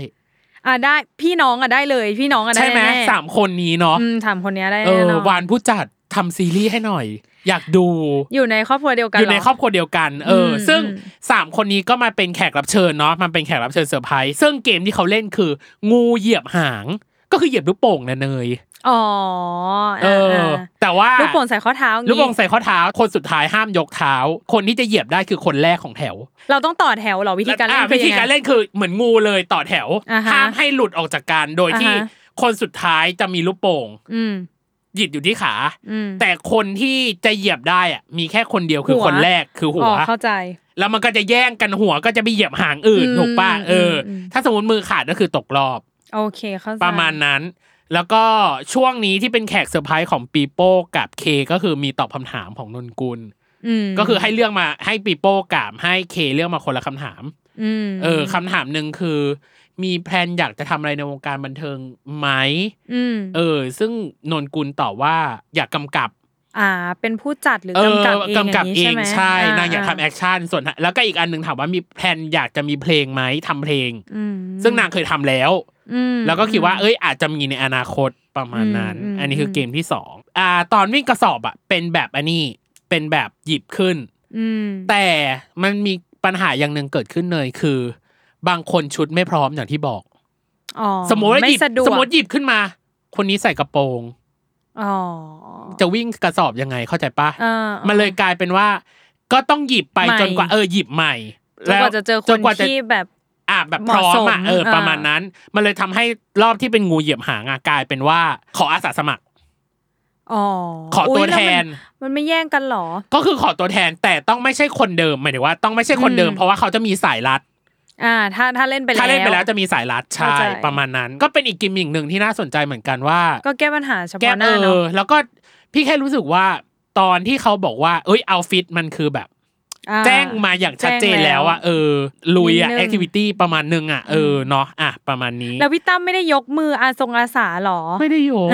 Speaker 2: อ่ะได้พี่น้องอ่ะได้เลยพี่น้องอ่ะได้
Speaker 1: ใช่ไหม
Speaker 2: แน่ๆ
Speaker 1: สามคนนี้เนาะ
Speaker 2: อืมสามคนเนี้ยได้
Speaker 1: เอ
Speaker 2: แน่
Speaker 1: อน
Speaker 2: อน
Speaker 1: วานผู้จัดทำซีรีส์ให้หน่อย อยากดู
Speaker 2: อยู่ในครอบครัวเดียวกัน
Speaker 1: อยู่ใน
Speaker 2: เห
Speaker 1: ครอบครัวเดียวกัน เอออ
Speaker 2: ม
Speaker 1: ซึ่ง
Speaker 2: อืม
Speaker 1: สามคนนี้ก็มาเป็นแขกรับเชิญเนาะมันเป็นแขกรับเชิญเซอร์ไพรส์ซึ่งเกมที่เขาเล่นคือ งูเหยียบหาง ก็คือเหยียบลูกโป่งนะเนย
Speaker 2: อ๋อ
Speaker 1: เออ
Speaker 2: า
Speaker 1: แต่ว่า
Speaker 2: ๆลูกโป่งใส่ข้อเท้างี้
Speaker 1: ลูกโป่งใส่ข้อเท้า คนสุดท้ายห้ามยกเท้า คนที่จะเหยียบได้คือคนแรกของแถว
Speaker 2: เราต้องต่อแถวเหรอวิธีการเล่น
Speaker 1: อ่ะ
Speaker 2: คือ
Speaker 1: วิ
Speaker 2: ยังไง
Speaker 1: ธีการเล่นคือเหมือนงูเลยต่อแถว
Speaker 2: อ่าฮะ
Speaker 1: ห้ามให้หลุดออกจากกันโดยที่
Speaker 2: อ่าฮะ
Speaker 1: คนสุดท้ายจะมีลูกโป่ง
Speaker 2: อืม
Speaker 1: หยิบอยู่ที่ขา
Speaker 2: อืม
Speaker 1: แต่คนที่จะเหยียบได้อะมีแค่คนเดียวคือคนแรกคือหั
Speaker 2: อ๋
Speaker 1: ว
Speaker 2: อเข้าใจ
Speaker 1: แล้วมันก็จะแย่งกันหัวก็จะไปเหยียบหางอื่น
Speaker 2: อืม
Speaker 1: ถูกป่ะเอออ
Speaker 2: มอืม
Speaker 1: ถ้าสมมติมือขาดก็คือตกรอบ
Speaker 2: โอเคเข้าใจ
Speaker 1: ประมาณนั้น แล้วก็ช่วงนี้ที่เป็นแขกเซอร์ไพรส์ของปีโป้กับเคก็คือมีตอบคำถามของนนกุล
Speaker 2: ม
Speaker 1: ก็คือให้เลือกมาให้ปีโป้กับให้เคเลือกมาคนละคำถาม
Speaker 2: ม
Speaker 1: เออคำถามหนึ่งคือ มีแพลนอยากจะทำอะไรในวงการบันเทิงไหม
Speaker 2: อืม
Speaker 1: เออ ซึ่งนนกุลตอบว่าอยากกำกับ
Speaker 2: อ่า เป็นผู้จัดหรือ
Speaker 1: เออก
Speaker 2: ำกับเอง
Speaker 1: กำกับเอง
Speaker 2: ย่านี้
Speaker 1: ใช่
Speaker 2: ไหม
Speaker 1: นางอยากทำแอคชั่นส่วนแล้วก็อีกอันหนึ่งถามว่ามีแพลนอยากจะมีเพลงไหมทำเพลง
Speaker 2: อืม
Speaker 1: ซึ่งนางเคยทำแล้ว
Speaker 2: อืม
Speaker 1: แล้วก็คิดว่าเอ้ยอาจจะมีในอนาคตประมาณนั้น
Speaker 2: อืมอืม
Speaker 1: อันนี้คือเกมที่สองอ่า ตอนวิ่งกระสอบอ่ะเป็นแบบอันนี้เป็นแบบหยิบขึ้น
Speaker 2: อืม
Speaker 1: แต่มันมีปัญหาอย่างหนึ่งเกิดขึ้นเลยคือ บางคนชุดไม่พร้อมอย่างที่บอก
Speaker 2: อ๋อ
Speaker 1: สมมติว่าหยิบ
Speaker 2: ไสะดวก
Speaker 1: สมมติหยิบขึ้นมา คนนี้ใส่กระโปรง
Speaker 2: อ๋อ
Speaker 1: จะวิ่งกระสอบยังไงเข้าใจปะ
Speaker 2: เออ
Speaker 1: มันเลยกลายเป็นว่า ก็ต้องหยิบไป
Speaker 2: ใหม่
Speaker 1: จนกว่าเออหยิบใหม่
Speaker 2: จนกว่าจะเจอค
Speaker 1: จ
Speaker 2: น
Speaker 1: กว่าจะ
Speaker 2: ที่แบบ
Speaker 1: อ่ะแบบพร้อมอ่ะ
Speaker 2: เหมาะสม
Speaker 1: เออ
Speaker 2: อ่า
Speaker 1: ประมาณนั้น มันเลยทำให้รอบที่เป็นงูเหยียบหางอ่ะกลายเป็นว่า ขออาสาสมัคร
Speaker 2: อ๋อ
Speaker 1: ขอตัว
Speaker 2: อุ๊ย
Speaker 1: แทน
Speaker 2: ล้วมันมันไม่แย่งกันเหรอ
Speaker 1: ก็คือขอตัวแทนแต่ต้องไม่ใช่คนเดิมหมายถึงว่าต้องไม่ใช่คนเดิม
Speaker 2: อืม
Speaker 1: เพราะว่าเขาจะมีสายรัด
Speaker 2: อ่า ถ้าถ้าเล่นไปแล้ว
Speaker 1: ถ้าเล่นไปแล้วจะมีสายรัดใช่
Speaker 2: เข้าใจ
Speaker 1: ประมาณนั้น ก็เป็นอีกกิมมิกหนึ่งที่น่าสนใจเหมือนกันว่า
Speaker 2: ก็แก้ปัญหาเฉ
Speaker 1: แก้
Speaker 2: พาะห
Speaker 1: เอ
Speaker 2: น้าเน
Speaker 1: อ
Speaker 2: อะ
Speaker 1: แล้วก็พี่แค่รู้สึกว่าตอนที่เขาบอกว่า เอ้ยเอาฟิตมันคือแบบ
Speaker 2: อ่า
Speaker 1: แจ้งมาอย่างชัดเจนแล้วอะเออ ลุยอะ
Speaker 2: นิดนึง
Speaker 1: แอคทิวิตี้ประมาณนึงอะเออเนาะอ่ะประมาณนี้
Speaker 2: แล้วพี่ตั้มไม่ได้ยกมืออาทรงอาสาเหรอ
Speaker 1: ไม่ได้โย
Speaker 2: <laughs>
Speaker 1: ก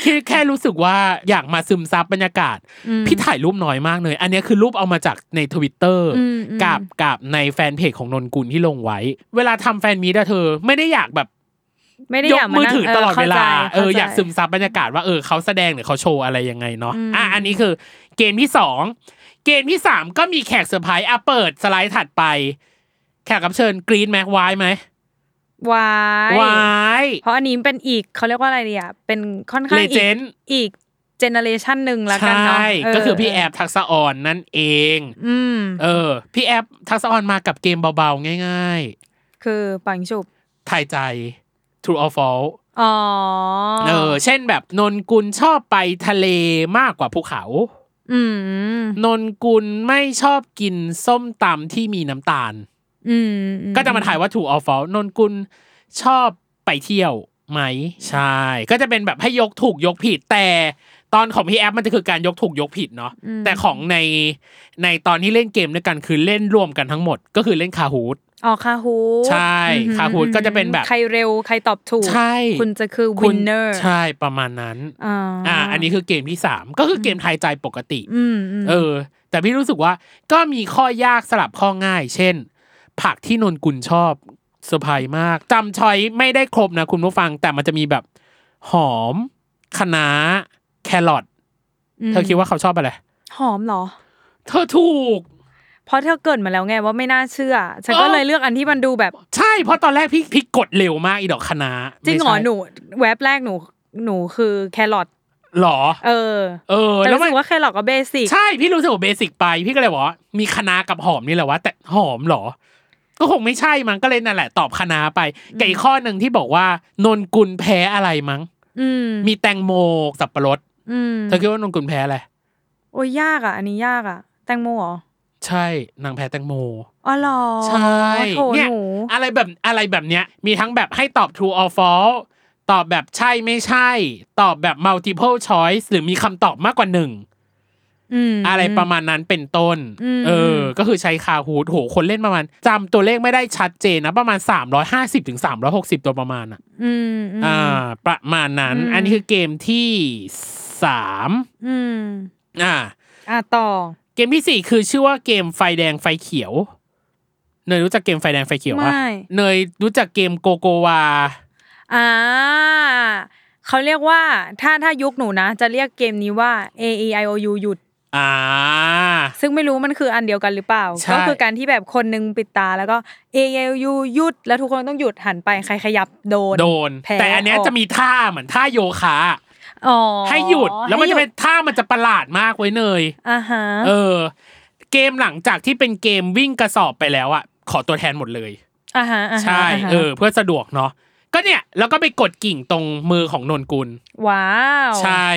Speaker 1: แค่แค่รู้สึกว่าอยากมาซึมซับบรรยากาศ
Speaker 2: อืม
Speaker 1: พี่ถ่ายรูปน้อยมากเลย อันเนี้ยคือรูปเอามาจากในทวิตเตอร์
Speaker 2: อืมอืม
Speaker 1: กับกับในแฟนเพจของนนกุลที่ลงไว้ เวลาทำแฟนมีดอะเธอ ไม่ได้อยากแบบ
Speaker 2: ไม่ได้
Speaker 1: ย
Speaker 2: อก ยากา
Speaker 1: มือ
Speaker 2: นั่ง
Speaker 1: ถือตลอดเวลาเอ
Speaker 2: ข้
Speaker 1: อ
Speaker 2: ใจ
Speaker 1: อยากซึมซับบรรยากาศว่าเออเขาแสดงหรือเขาโชว์อะไรยังไงเนาะอ่ะอันนี้คือเกมที่สองเกมที่สามก็มีแขกเซอร์ไพรส์อ่ะเปิดสไลด์ถัดไป แขกรับเชิญกรีนแม็กไว้ไหม
Speaker 2: วาย
Speaker 1: วาย
Speaker 2: เพราะอันนี้เป็นอีกเขาเรียกว่าอะไรดีอ่ะเป็นค่อนข้าง
Speaker 1: เล
Speaker 2: อีก
Speaker 1: เจนด์
Speaker 2: อีกเจเนอเรชันหนึ่งละ
Speaker 1: ใช
Speaker 2: กันเนาะ
Speaker 1: ่
Speaker 2: เ
Speaker 1: ก็คือพี่แอบทักษะออนนั่นเอง
Speaker 2: อืม
Speaker 1: เออ พี่แอบทักษะออนมากับเกมเบาๆ ง่าย
Speaker 2: คือปังฉุบ
Speaker 1: ๆ ทายใจ True or False
Speaker 2: อ๋อ
Speaker 1: เออ เช่นแบบนนกุลชอบไปทะเลมากกว่าภูเขา
Speaker 2: อืม
Speaker 1: นนกุลไม่ชอบกินส้มตำที่มีน้ำตาล
Speaker 2: อืมอื
Speaker 1: ก็จะมาถ่ายว่า True or False นนกุลชอบไปเที่ยวไหม ใช่ ก็จะเป็นแบบให้ยกถูกยกผิด แต่ตอนของพี่แอปมันจะคือการยกถูกยกผิดเนาะ
Speaker 2: อืม
Speaker 1: แต่ของในในตอนที่เล่นเกมด้วยกันคือเล่นรวมกันทั้งหมด ก็คือเล่นคาฮูด
Speaker 2: อ๋อคาฮูด
Speaker 1: ใช่
Speaker 2: อืม
Speaker 1: คาฮูดก็จะเป็นแบบ
Speaker 2: ใครเร็วใครตอบถูก
Speaker 1: ใช่
Speaker 2: คุณจะคือ
Speaker 1: คุ
Speaker 2: วิ
Speaker 1: ณ
Speaker 2: นเนอร์
Speaker 1: ใช่ประมาณนั้น
Speaker 2: อ่า
Speaker 1: อ่า อันนี้คือเกมที่สามก็คือเกมทายใจปกติ
Speaker 2: อืมอืม
Speaker 1: เออ แต่พี่รู้สึกว่าก็มีข้อยากสลับข้อง่าย เช่น ผักที่นนกุลชอบเซอร์ไพรส์มากจำชอยไม่ได้ครบนะคุณผู้ฟัง แต่มันจะมีแบบหอมคะน้าแครอทเธอคิดว่าเขาชอบอะไร
Speaker 2: หอมเหรอ
Speaker 1: เธอถูก
Speaker 2: เพราะเธอเกรินมาแล้วไงว่าไม่น่าเชื่อ ฉันก็
Speaker 1: เออ
Speaker 2: เลยเลือกอันที่มันดูแบบ
Speaker 1: ใช่เพราะตอนแรกพี่พี่กดเร็วมากอีดอกคณะ
Speaker 2: จริงเหรอ
Speaker 1: ไม่ใช่
Speaker 2: หนูแว็บแรกหนูหนูคือแครอท
Speaker 1: หรอ
Speaker 2: เออ
Speaker 1: เออ
Speaker 2: แต่
Speaker 1: แล้ว
Speaker 2: รู้
Speaker 1: มั
Speaker 2: สึ
Speaker 1: น
Speaker 2: กว่าแครอทก็เบสิก
Speaker 1: ใช่พี่รู้สึกว่าเบสิกไป พี่ก็เลยบอกว่ามีคณะกับหอมนี่แหละวะแต่หอมเหรอ ก็คงไม่ใช่มั้งก็เลยนั่นแหละ ตอบคณะไปกับอีกข้อหนึ่งที่บอกว่านนกุลแพ้อะไรมั้ง
Speaker 2: อืม
Speaker 1: มีแตงโมสับปะรด
Speaker 2: อืม
Speaker 1: เธอคิดว่านนกุลแพ้อะไร
Speaker 2: โอ้ยยากอ่ะ อันนี้ยากอ่ะ แตงโมเหรอ
Speaker 1: ใช่นางแพ้แตงโม
Speaker 2: อ๋อเหรอ
Speaker 1: ใช่
Speaker 2: โถ
Speaker 1: เนี่ย
Speaker 2: หนู
Speaker 1: อะไรแบบอะไรแบบเนี้ยมีทั้งแบบให้ตอบ true or false ตอบแบบใช่ไม่ใช่ ตอบแบบ multiple choice หรือมีคำตอบมากกว่าหนึ่ง
Speaker 2: อืม
Speaker 1: อะไรประมาณนั้นเป็นต้น
Speaker 2: อืม
Speaker 1: เออ ก็คือใช้คาฮูดโหคนเล่นประมาณจำตัวเลขไม่ได้ชัดเจนนะประมาณ 350ถึง360 ตัวประมาณอ่ะ
Speaker 2: อืมม
Speaker 1: อ่า ประมาณนั้น
Speaker 2: อืม
Speaker 1: อันนี้คือเกมที่สาม
Speaker 2: อืม
Speaker 1: อ่า
Speaker 2: อ่ะต่อ
Speaker 1: เกมที่สี่คือชื่อว่าเกมไฟแดงไฟเขียว เนยรู้จักเกมไฟแดงไฟเขียวปะ
Speaker 2: ไม่
Speaker 1: เนยรู้จักเกมโกโกวา
Speaker 2: อ่าเขาเรียกว่าถ้าถ้ายุคหนูนะ จะเรียกเกมนี้ว่า A E I O U หยุด
Speaker 1: อ่า
Speaker 2: ซึ่งไม่รู้มันคืออันเดียวกันหรือเปล่า
Speaker 1: ใช่
Speaker 2: ก็คือการที่แบบคนนึงปิดตาแล้วก็ A E I O U หยุด แล้วทุกคนต้องหยุดหันไปใครขยับโดน
Speaker 1: โดน
Speaker 2: แพ้
Speaker 1: แต่อันเนี้ย
Speaker 2: ออก
Speaker 1: จะมีท่าเหมือนท่าโยคะ
Speaker 2: อ๋อ
Speaker 1: ให้หยุดแล้วมันจะ
Speaker 2: ให้ห
Speaker 1: เป็
Speaker 2: ยุด
Speaker 1: นท่ามันจะประหลาดมากไว้ยเนย
Speaker 2: อ่าฮะ
Speaker 1: เออ เกมหลังจากที่เป็นเกมวิ่งกระสอบไปแล้วอะขอตัวแทนหมดเลย
Speaker 2: อ่าฮะอ่าฮะ
Speaker 1: ใช่
Speaker 2: าฮะ
Speaker 1: เออ เพื่อสะดวกเนาะก็เนี่ย แล้วก็ไปกดกิ่งตรงมือของนนกุล
Speaker 2: ว้าว
Speaker 1: ใช่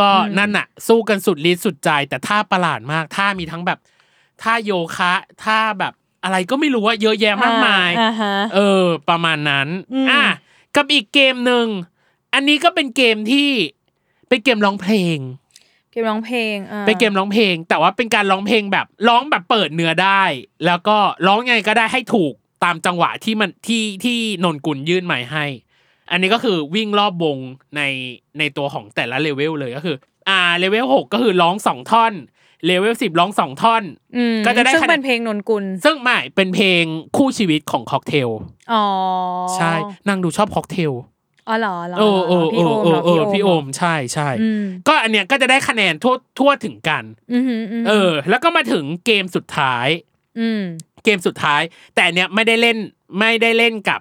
Speaker 1: ก็นั่นน่ะ สู้กันสุดฤทธิ์สุดใจ แต่ท่าประหลาดมากท่ามีทั้งแบบท่าโยคะท่าแบบอะไรก็ไม่รู้ว่าเยอะแยะมากมาย
Speaker 2: อ่าฮะ
Speaker 1: เออ ประมาณนั้น
Speaker 2: อืม
Speaker 1: อ่ะกับอีกเกมหนึ่งอันนี้ก็เป็นเกมที่เป็นเกมร้องเพลง
Speaker 2: เกมร้องเพลงอ่า
Speaker 1: เป็นเกมร้องเพลง แต่ว่าเป็นการร้องเพลงแบบร้องแบบเปิดเนื้อได้ แล้วก็ร้องยังไงก็ได้ให้ถูกตามจังหวะที่มันที่ที่นนกุลยื่นหมายให้ อันนี้ก็คือวิ่งรอบวงในในตัวของแต่ละเลเวลเลยก็คือ อ่าเลเวลหกก็คือร้องสองท่อนเลเวลสิบร้องสองท่อน
Speaker 2: อืม
Speaker 1: ก็จะได้
Speaker 2: ซึ่ง
Speaker 1: คะแนน
Speaker 2: เป็นเพลงนนกุล
Speaker 1: ซึ่งไม่เป็นเพลงคู่ชีวิตของค็อกเทล
Speaker 2: อ๋อ
Speaker 1: ใช่นางดูชอบค็อกเทล
Speaker 2: อ๋อเหรอเหรอ
Speaker 1: เออเออเอ
Speaker 2: พี่
Speaker 1: อ
Speaker 2: โอม
Speaker 1: เออ
Speaker 2: เหร
Speaker 1: เออพี่โอมใช่ใช่
Speaker 2: อืม
Speaker 1: ก็อันเนี้ยก็จะได้คะแนนทั่วทั่วถึงกัน
Speaker 2: อืมฮึอืมฮึ
Speaker 1: เออ แล้วก็มาถึงเกมสุดท้าย
Speaker 2: อืม
Speaker 1: เกมสุดท้าย แต่เนี้ยไม่ได้เล่นไม่ได้เล่นกับ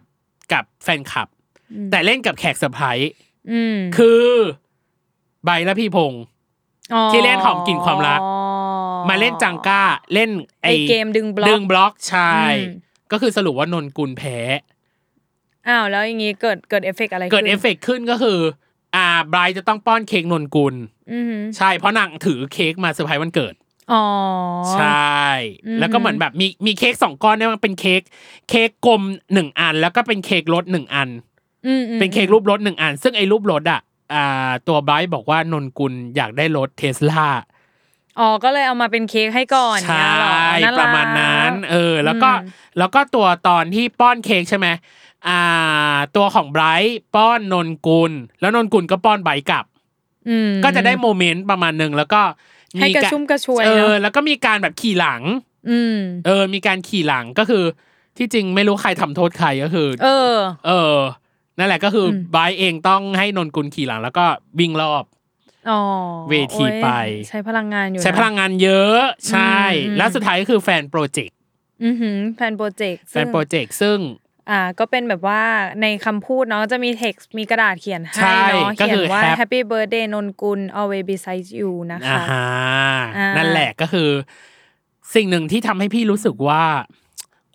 Speaker 1: กับแฟนคลับ
Speaker 2: อืม
Speaker 1: แต่เล่นกับแขกเซอร์ไพรส์
Speaker 2: อืม
Speaker 1: คือใบและพี่พงษ์
Speaker 2: อ
Speaker 1: ที่เล่นหอมกลิ่นความรัก
Speaker 2: อ๋อ
Speaker 1: มาเล่นจังก้าเล่นไอ
Speaker 2: ไอ้เกมดึงบล็อก
Speaker 1: ดึงบล็อกใช่
Speaker 2: อืม
Speaker 1: ก็คือสรุปว่านนกุลแพ้
Speaker 2: อ้าวแล้วอย่างงี้เกิดเกิดเอฟเฟกอะไร
Speaker 1: เกิด
Speaker 2: ขึ้น
Speaker 1: เอฟเฟกต์ขึ้นก็คือ อ่าไบรท์จะต้องป้อนเค้กนนกุล
Speaker 2: อืมฮึ
Speaker 1: ใช่ เพราะนางถือเค้กมาเซอร์ไพรส์วันเกิด
Speaker 2: อ๋อ
Speaker 1: ใช่
Speaker 2: อืม
Speaker 1: แล้วก็เหมือนแบบมีมีเค้กสองก้อนเนี่ยมันเป็นเค้กเค้กกลมหนึ่งอัน แล้วก็เป็นเค้กรสหนึ่งอัน
Speaker 2: อืมอืม
Speaker 1: เป็นเค้กรูปรถหนึ่งอัน ซึ่งไอ้รูปรถอ่ะอ่าตัวไบรท์บอกว่านนกุลอยากได้รถเทสลา
Speaker 2: อ๋อก็เลยเอามาเป็นเค้กให้ก่อน
Speaker 1: ใช่
Speaker 2: เนี่ยเหรอน่ก
Speaker 1: ประมาณนั้น เออ แล้วก็
Speaker 2: อืม
Speaker 1: แล้วก็ตัวตอนที่ป้อนเค้กใช่ไหมอ่า ตัวของไบรท์ป้อนนนกุล แล้วนนกุลก็ป้อนไบรท์กลับ
Speaker 2: อืม
Speaker 1: ก็จะได้โมเมนต์ประมาณหนึ่งแล้วก็มี
Speaker 2: ให้กระชุ่มกระชวย
Speaker 1: เอ
Speaker 2: เน
Speaker 1: อ
Speaker 2: อะ
Speaker 1: แล้วก็มีการแบบขี่หลัง
Speaker 2: อืม
Speaker 1: เออ มีการขี่หลังก็คือ ที่จริงไม่รู้ใครทำโทษใครก็คือ
Speaker 2: เออ
Speaker 1: เออ นั่นแหละก็คืออ
Speaker 2: ม
Speaker 1: ไบรท์เองต้องให้นนกุลขี่หลังแล้วก็วิ่งรอบ
Speaker 2: อ๋อ
Speaker 1: เวทีไป
Speaker 2: โอ้ยใช้พลังงานอยู่นะ
Speaker 1: ใช้พลังงานเยอะ ใช่
Speaker 2: อืม
Speaker 1: แล้วสุดท้ายก็คือแฟนโปรเจกต์
Speaker 2: อือหือแฟนโปรเจกต์
Speaker 1: แฟนโปรเจกต์ซึ่ง
Speaker 2: อ่า ก็เป็นแบบว่าในคำพูดเนาะจะมีเท็กซ์มีกระดาษเขียนให้
Speaker 1: ใช่
Speaker 2: เนาะ
Speaker 1: ก็
Speaker 2: เขีย
Speaker 1: คื
Speaker 2: น
Speaker 1: อ
Speaker 2: ว่า
Speaker 1: แฮป
Speaker 2: Happy Birthday นนกุล always beside you นะคะ
Speaker 1: อ่าฮะ
Speaker 2: อ่านั่
Speaker 1: นั่นแหละก็คือ สิ่งหนึ่งที่ทำให้พี่รู้สึกว่า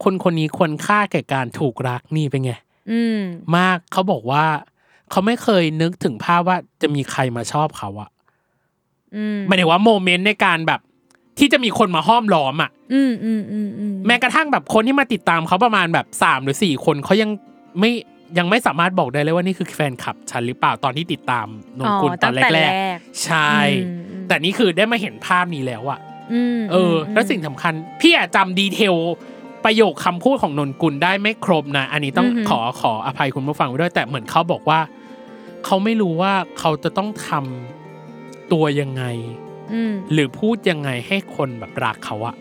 Speaker 1: คนคนนี้ควรค่าแก่การถูกรักนี่เป็นไง
Speaker 2: อืม
Speaker 1: มากเขาบอกว่า เขาไม่เคยนึกถึงภาพว่าจะมีใครมาชอบเขาอะ
Speaker 2: อืม
Speaker 1: หมายถึงว่าโมเมนต์ในการแบบ ที่จะมีคนมาห้อมล้อมอะ
Speaker 2: อืมอืมอืมอืม
Speaker 1: แม้กระทั่งแบบคนที่มาติดตามเขาประมาณแบบสามหรือสี่คนเขายังไม่ยังไม่สามารถบอกได้เลยว่านี่คือแฟนคลับฉันหรือเปล่าตอนที่ติดตามนนกุลตอน
Speaker 2: ง
Speaker 1: แรก
Speaker 2: ก
Speaker 1: ๆใช่
Speaker 2: อืมอืม
Speaker 1: แต่นี่คือได้มาเห็นภาพนี้แล้วอะ
Speaker 2: อืม
Speaker 1: เอออ
Speaker 2: ม
Speaker 1: แล้วสิ่งสำคัญ พี่อะจำดีเทลประโยคคำพูดของนนกุลได้ไม่ครบนะ อันนี้ต้องขอขออภัยคุณผู้ฟังไว้ด้วยแต่เหมือนเขาบอกว่า เขาไม่รู้ว่าเขาจะต้องทำตัวยังไง
Speaker 2: อืม
Speaker 1: หรือพูดยังไงให้คนแบบรักเขาอะ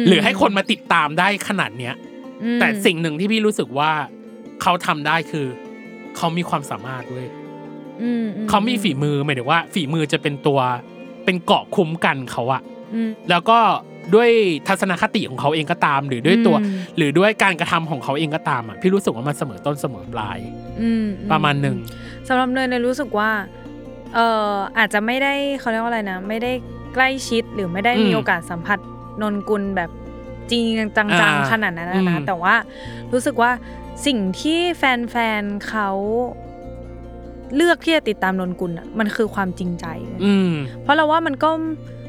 Speaker 2: ม
Speaker 1: หรือให้คนมาติดตามได้ขนาดเนี้ย
Speaker 2: อืม
Speaker 1: แต่สิ่งหนึ่งที่พี่รู้สึกว่าเขาทำได้คือเขามีความสามารถเว้ย
Speaker 2: อือื
Speaker 1: เขามีฝีมือหมายถึงว่า ฝีมือจะเป็นตัว เป็นเกราะคุ้มกันเขาอะ
Speaker 2: อืม
Speaker 1: แล้วก็ด้วยทัศนคติของเขาเองก็ตาม หรือด้วยตัว
Speaker 2: อืม
Speaker 1: หรือด้วยการกระทำของเขาเองก็ตามอะพี่รู้สึกว่ามันเสมอต้นเสมอปลาย
Speaker 2: อืม
Speaker 1: ประมาณหนึ่ง
Speaker 2: สำหรับเนยเนยรู้สึกว่าเอ่ออาจจะไม่ได้เขาเรียกว่าอะไรนะ ไม่ได้ใกล้ชิดหรือไม่ได้
Speaker 1: อืม
Speaker 2: มีโอกาสสัมผัสนนกุลแบบจริงๆจั
Speaker 1: อ่าง
Speaker 2: ๆขนาดนั้นนะนะ
Speaker 1: อืม
Speaker 2: แต่ว่ารู้สึกว่าสิ่งที่แฟนๆเขาเลือกที่จะติดตามนนกุลอะมันคือความจริงใจ
Speaker 1: อืม
Speaker 2: เพราะเราว่ามันก็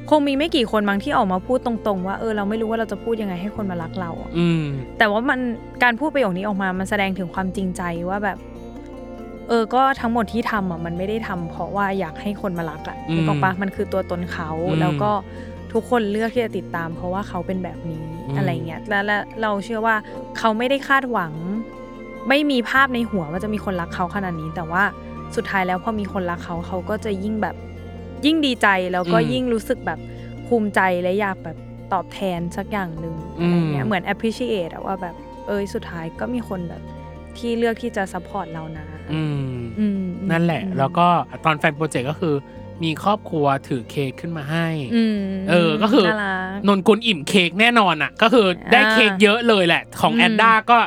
Speaker 2: คงมีไม่กี่คนบางที่ออกมาพูดตรงๆ ว่าเออเราไม่รู้ว่าเราจะพูดยังไงให้คนมารักเราอะ
Speaker 1: อืม
Speaker 2: แต่ว่ามันการพูดประโยคนี้ออกมา มันแสดงถึงความจริงใจว่าแบบ เออ ก็ทั้งหมดที่ทำอ่ะ มันไม่ได้ทำเพราะว่าอยากให้คนมารักอ่ะ
Speaker 1: อืม
Speaker 2: นึกออกปะมันคือตัวตนเขา
Speaker 1: อืม
Speaker 2: แล้วก็ทุกคนเลือกที่จะติดตาม เพราะว่าเขาเป็นแบบนี้
Speaker 1: อืม
Speaker 2: อะไรเงี้ย แล้วแล้วเราเชื่อว่าเขาไม่ได้คาดหวัง ไม่มีภาพในหัวว่าจะมีคนรักเขาขนาดนี้ แต่ว่าสุดท้ายแล้วพอมีคนรักเขาเขาก็จะยิ่งแบบ ยิ่งดีใจแล้วก็ยิ่งรู้สึกแบบภูมิใจและอยากแบบตอบแทนสักอย่างหนึ่งอะไรเงี้
Speaker 1: อื
Speaker 2: ย
Speaker 1: ม
Speaker 2: เหมือน appreciate อะว่าแบบเอยสุดท้ายก็มีคนแบบที่เลือกที่จะ support เรานะ
Speaker 1: อืม
Speaker 2: อืม
Speaker 1: นั่นแหละ
Speaker 2: อืม
Speaker 1: แล้วก็ตอนแฟนโปรเจกต์ก็คือ มีครอบครัวถือเค้กขึ้นมาให้
Speaker 2: อืม
Speaker 1: เออก็คือ
Speaker 2: น่ารัก
Speaker 1: นนกุลอิ่มเค้กแน่นอนอ่ะ ก็คือได้เค้กเยอะเลยแหละ ของ
Speaker 2: อืม
Speaker 1: แอดด้าก็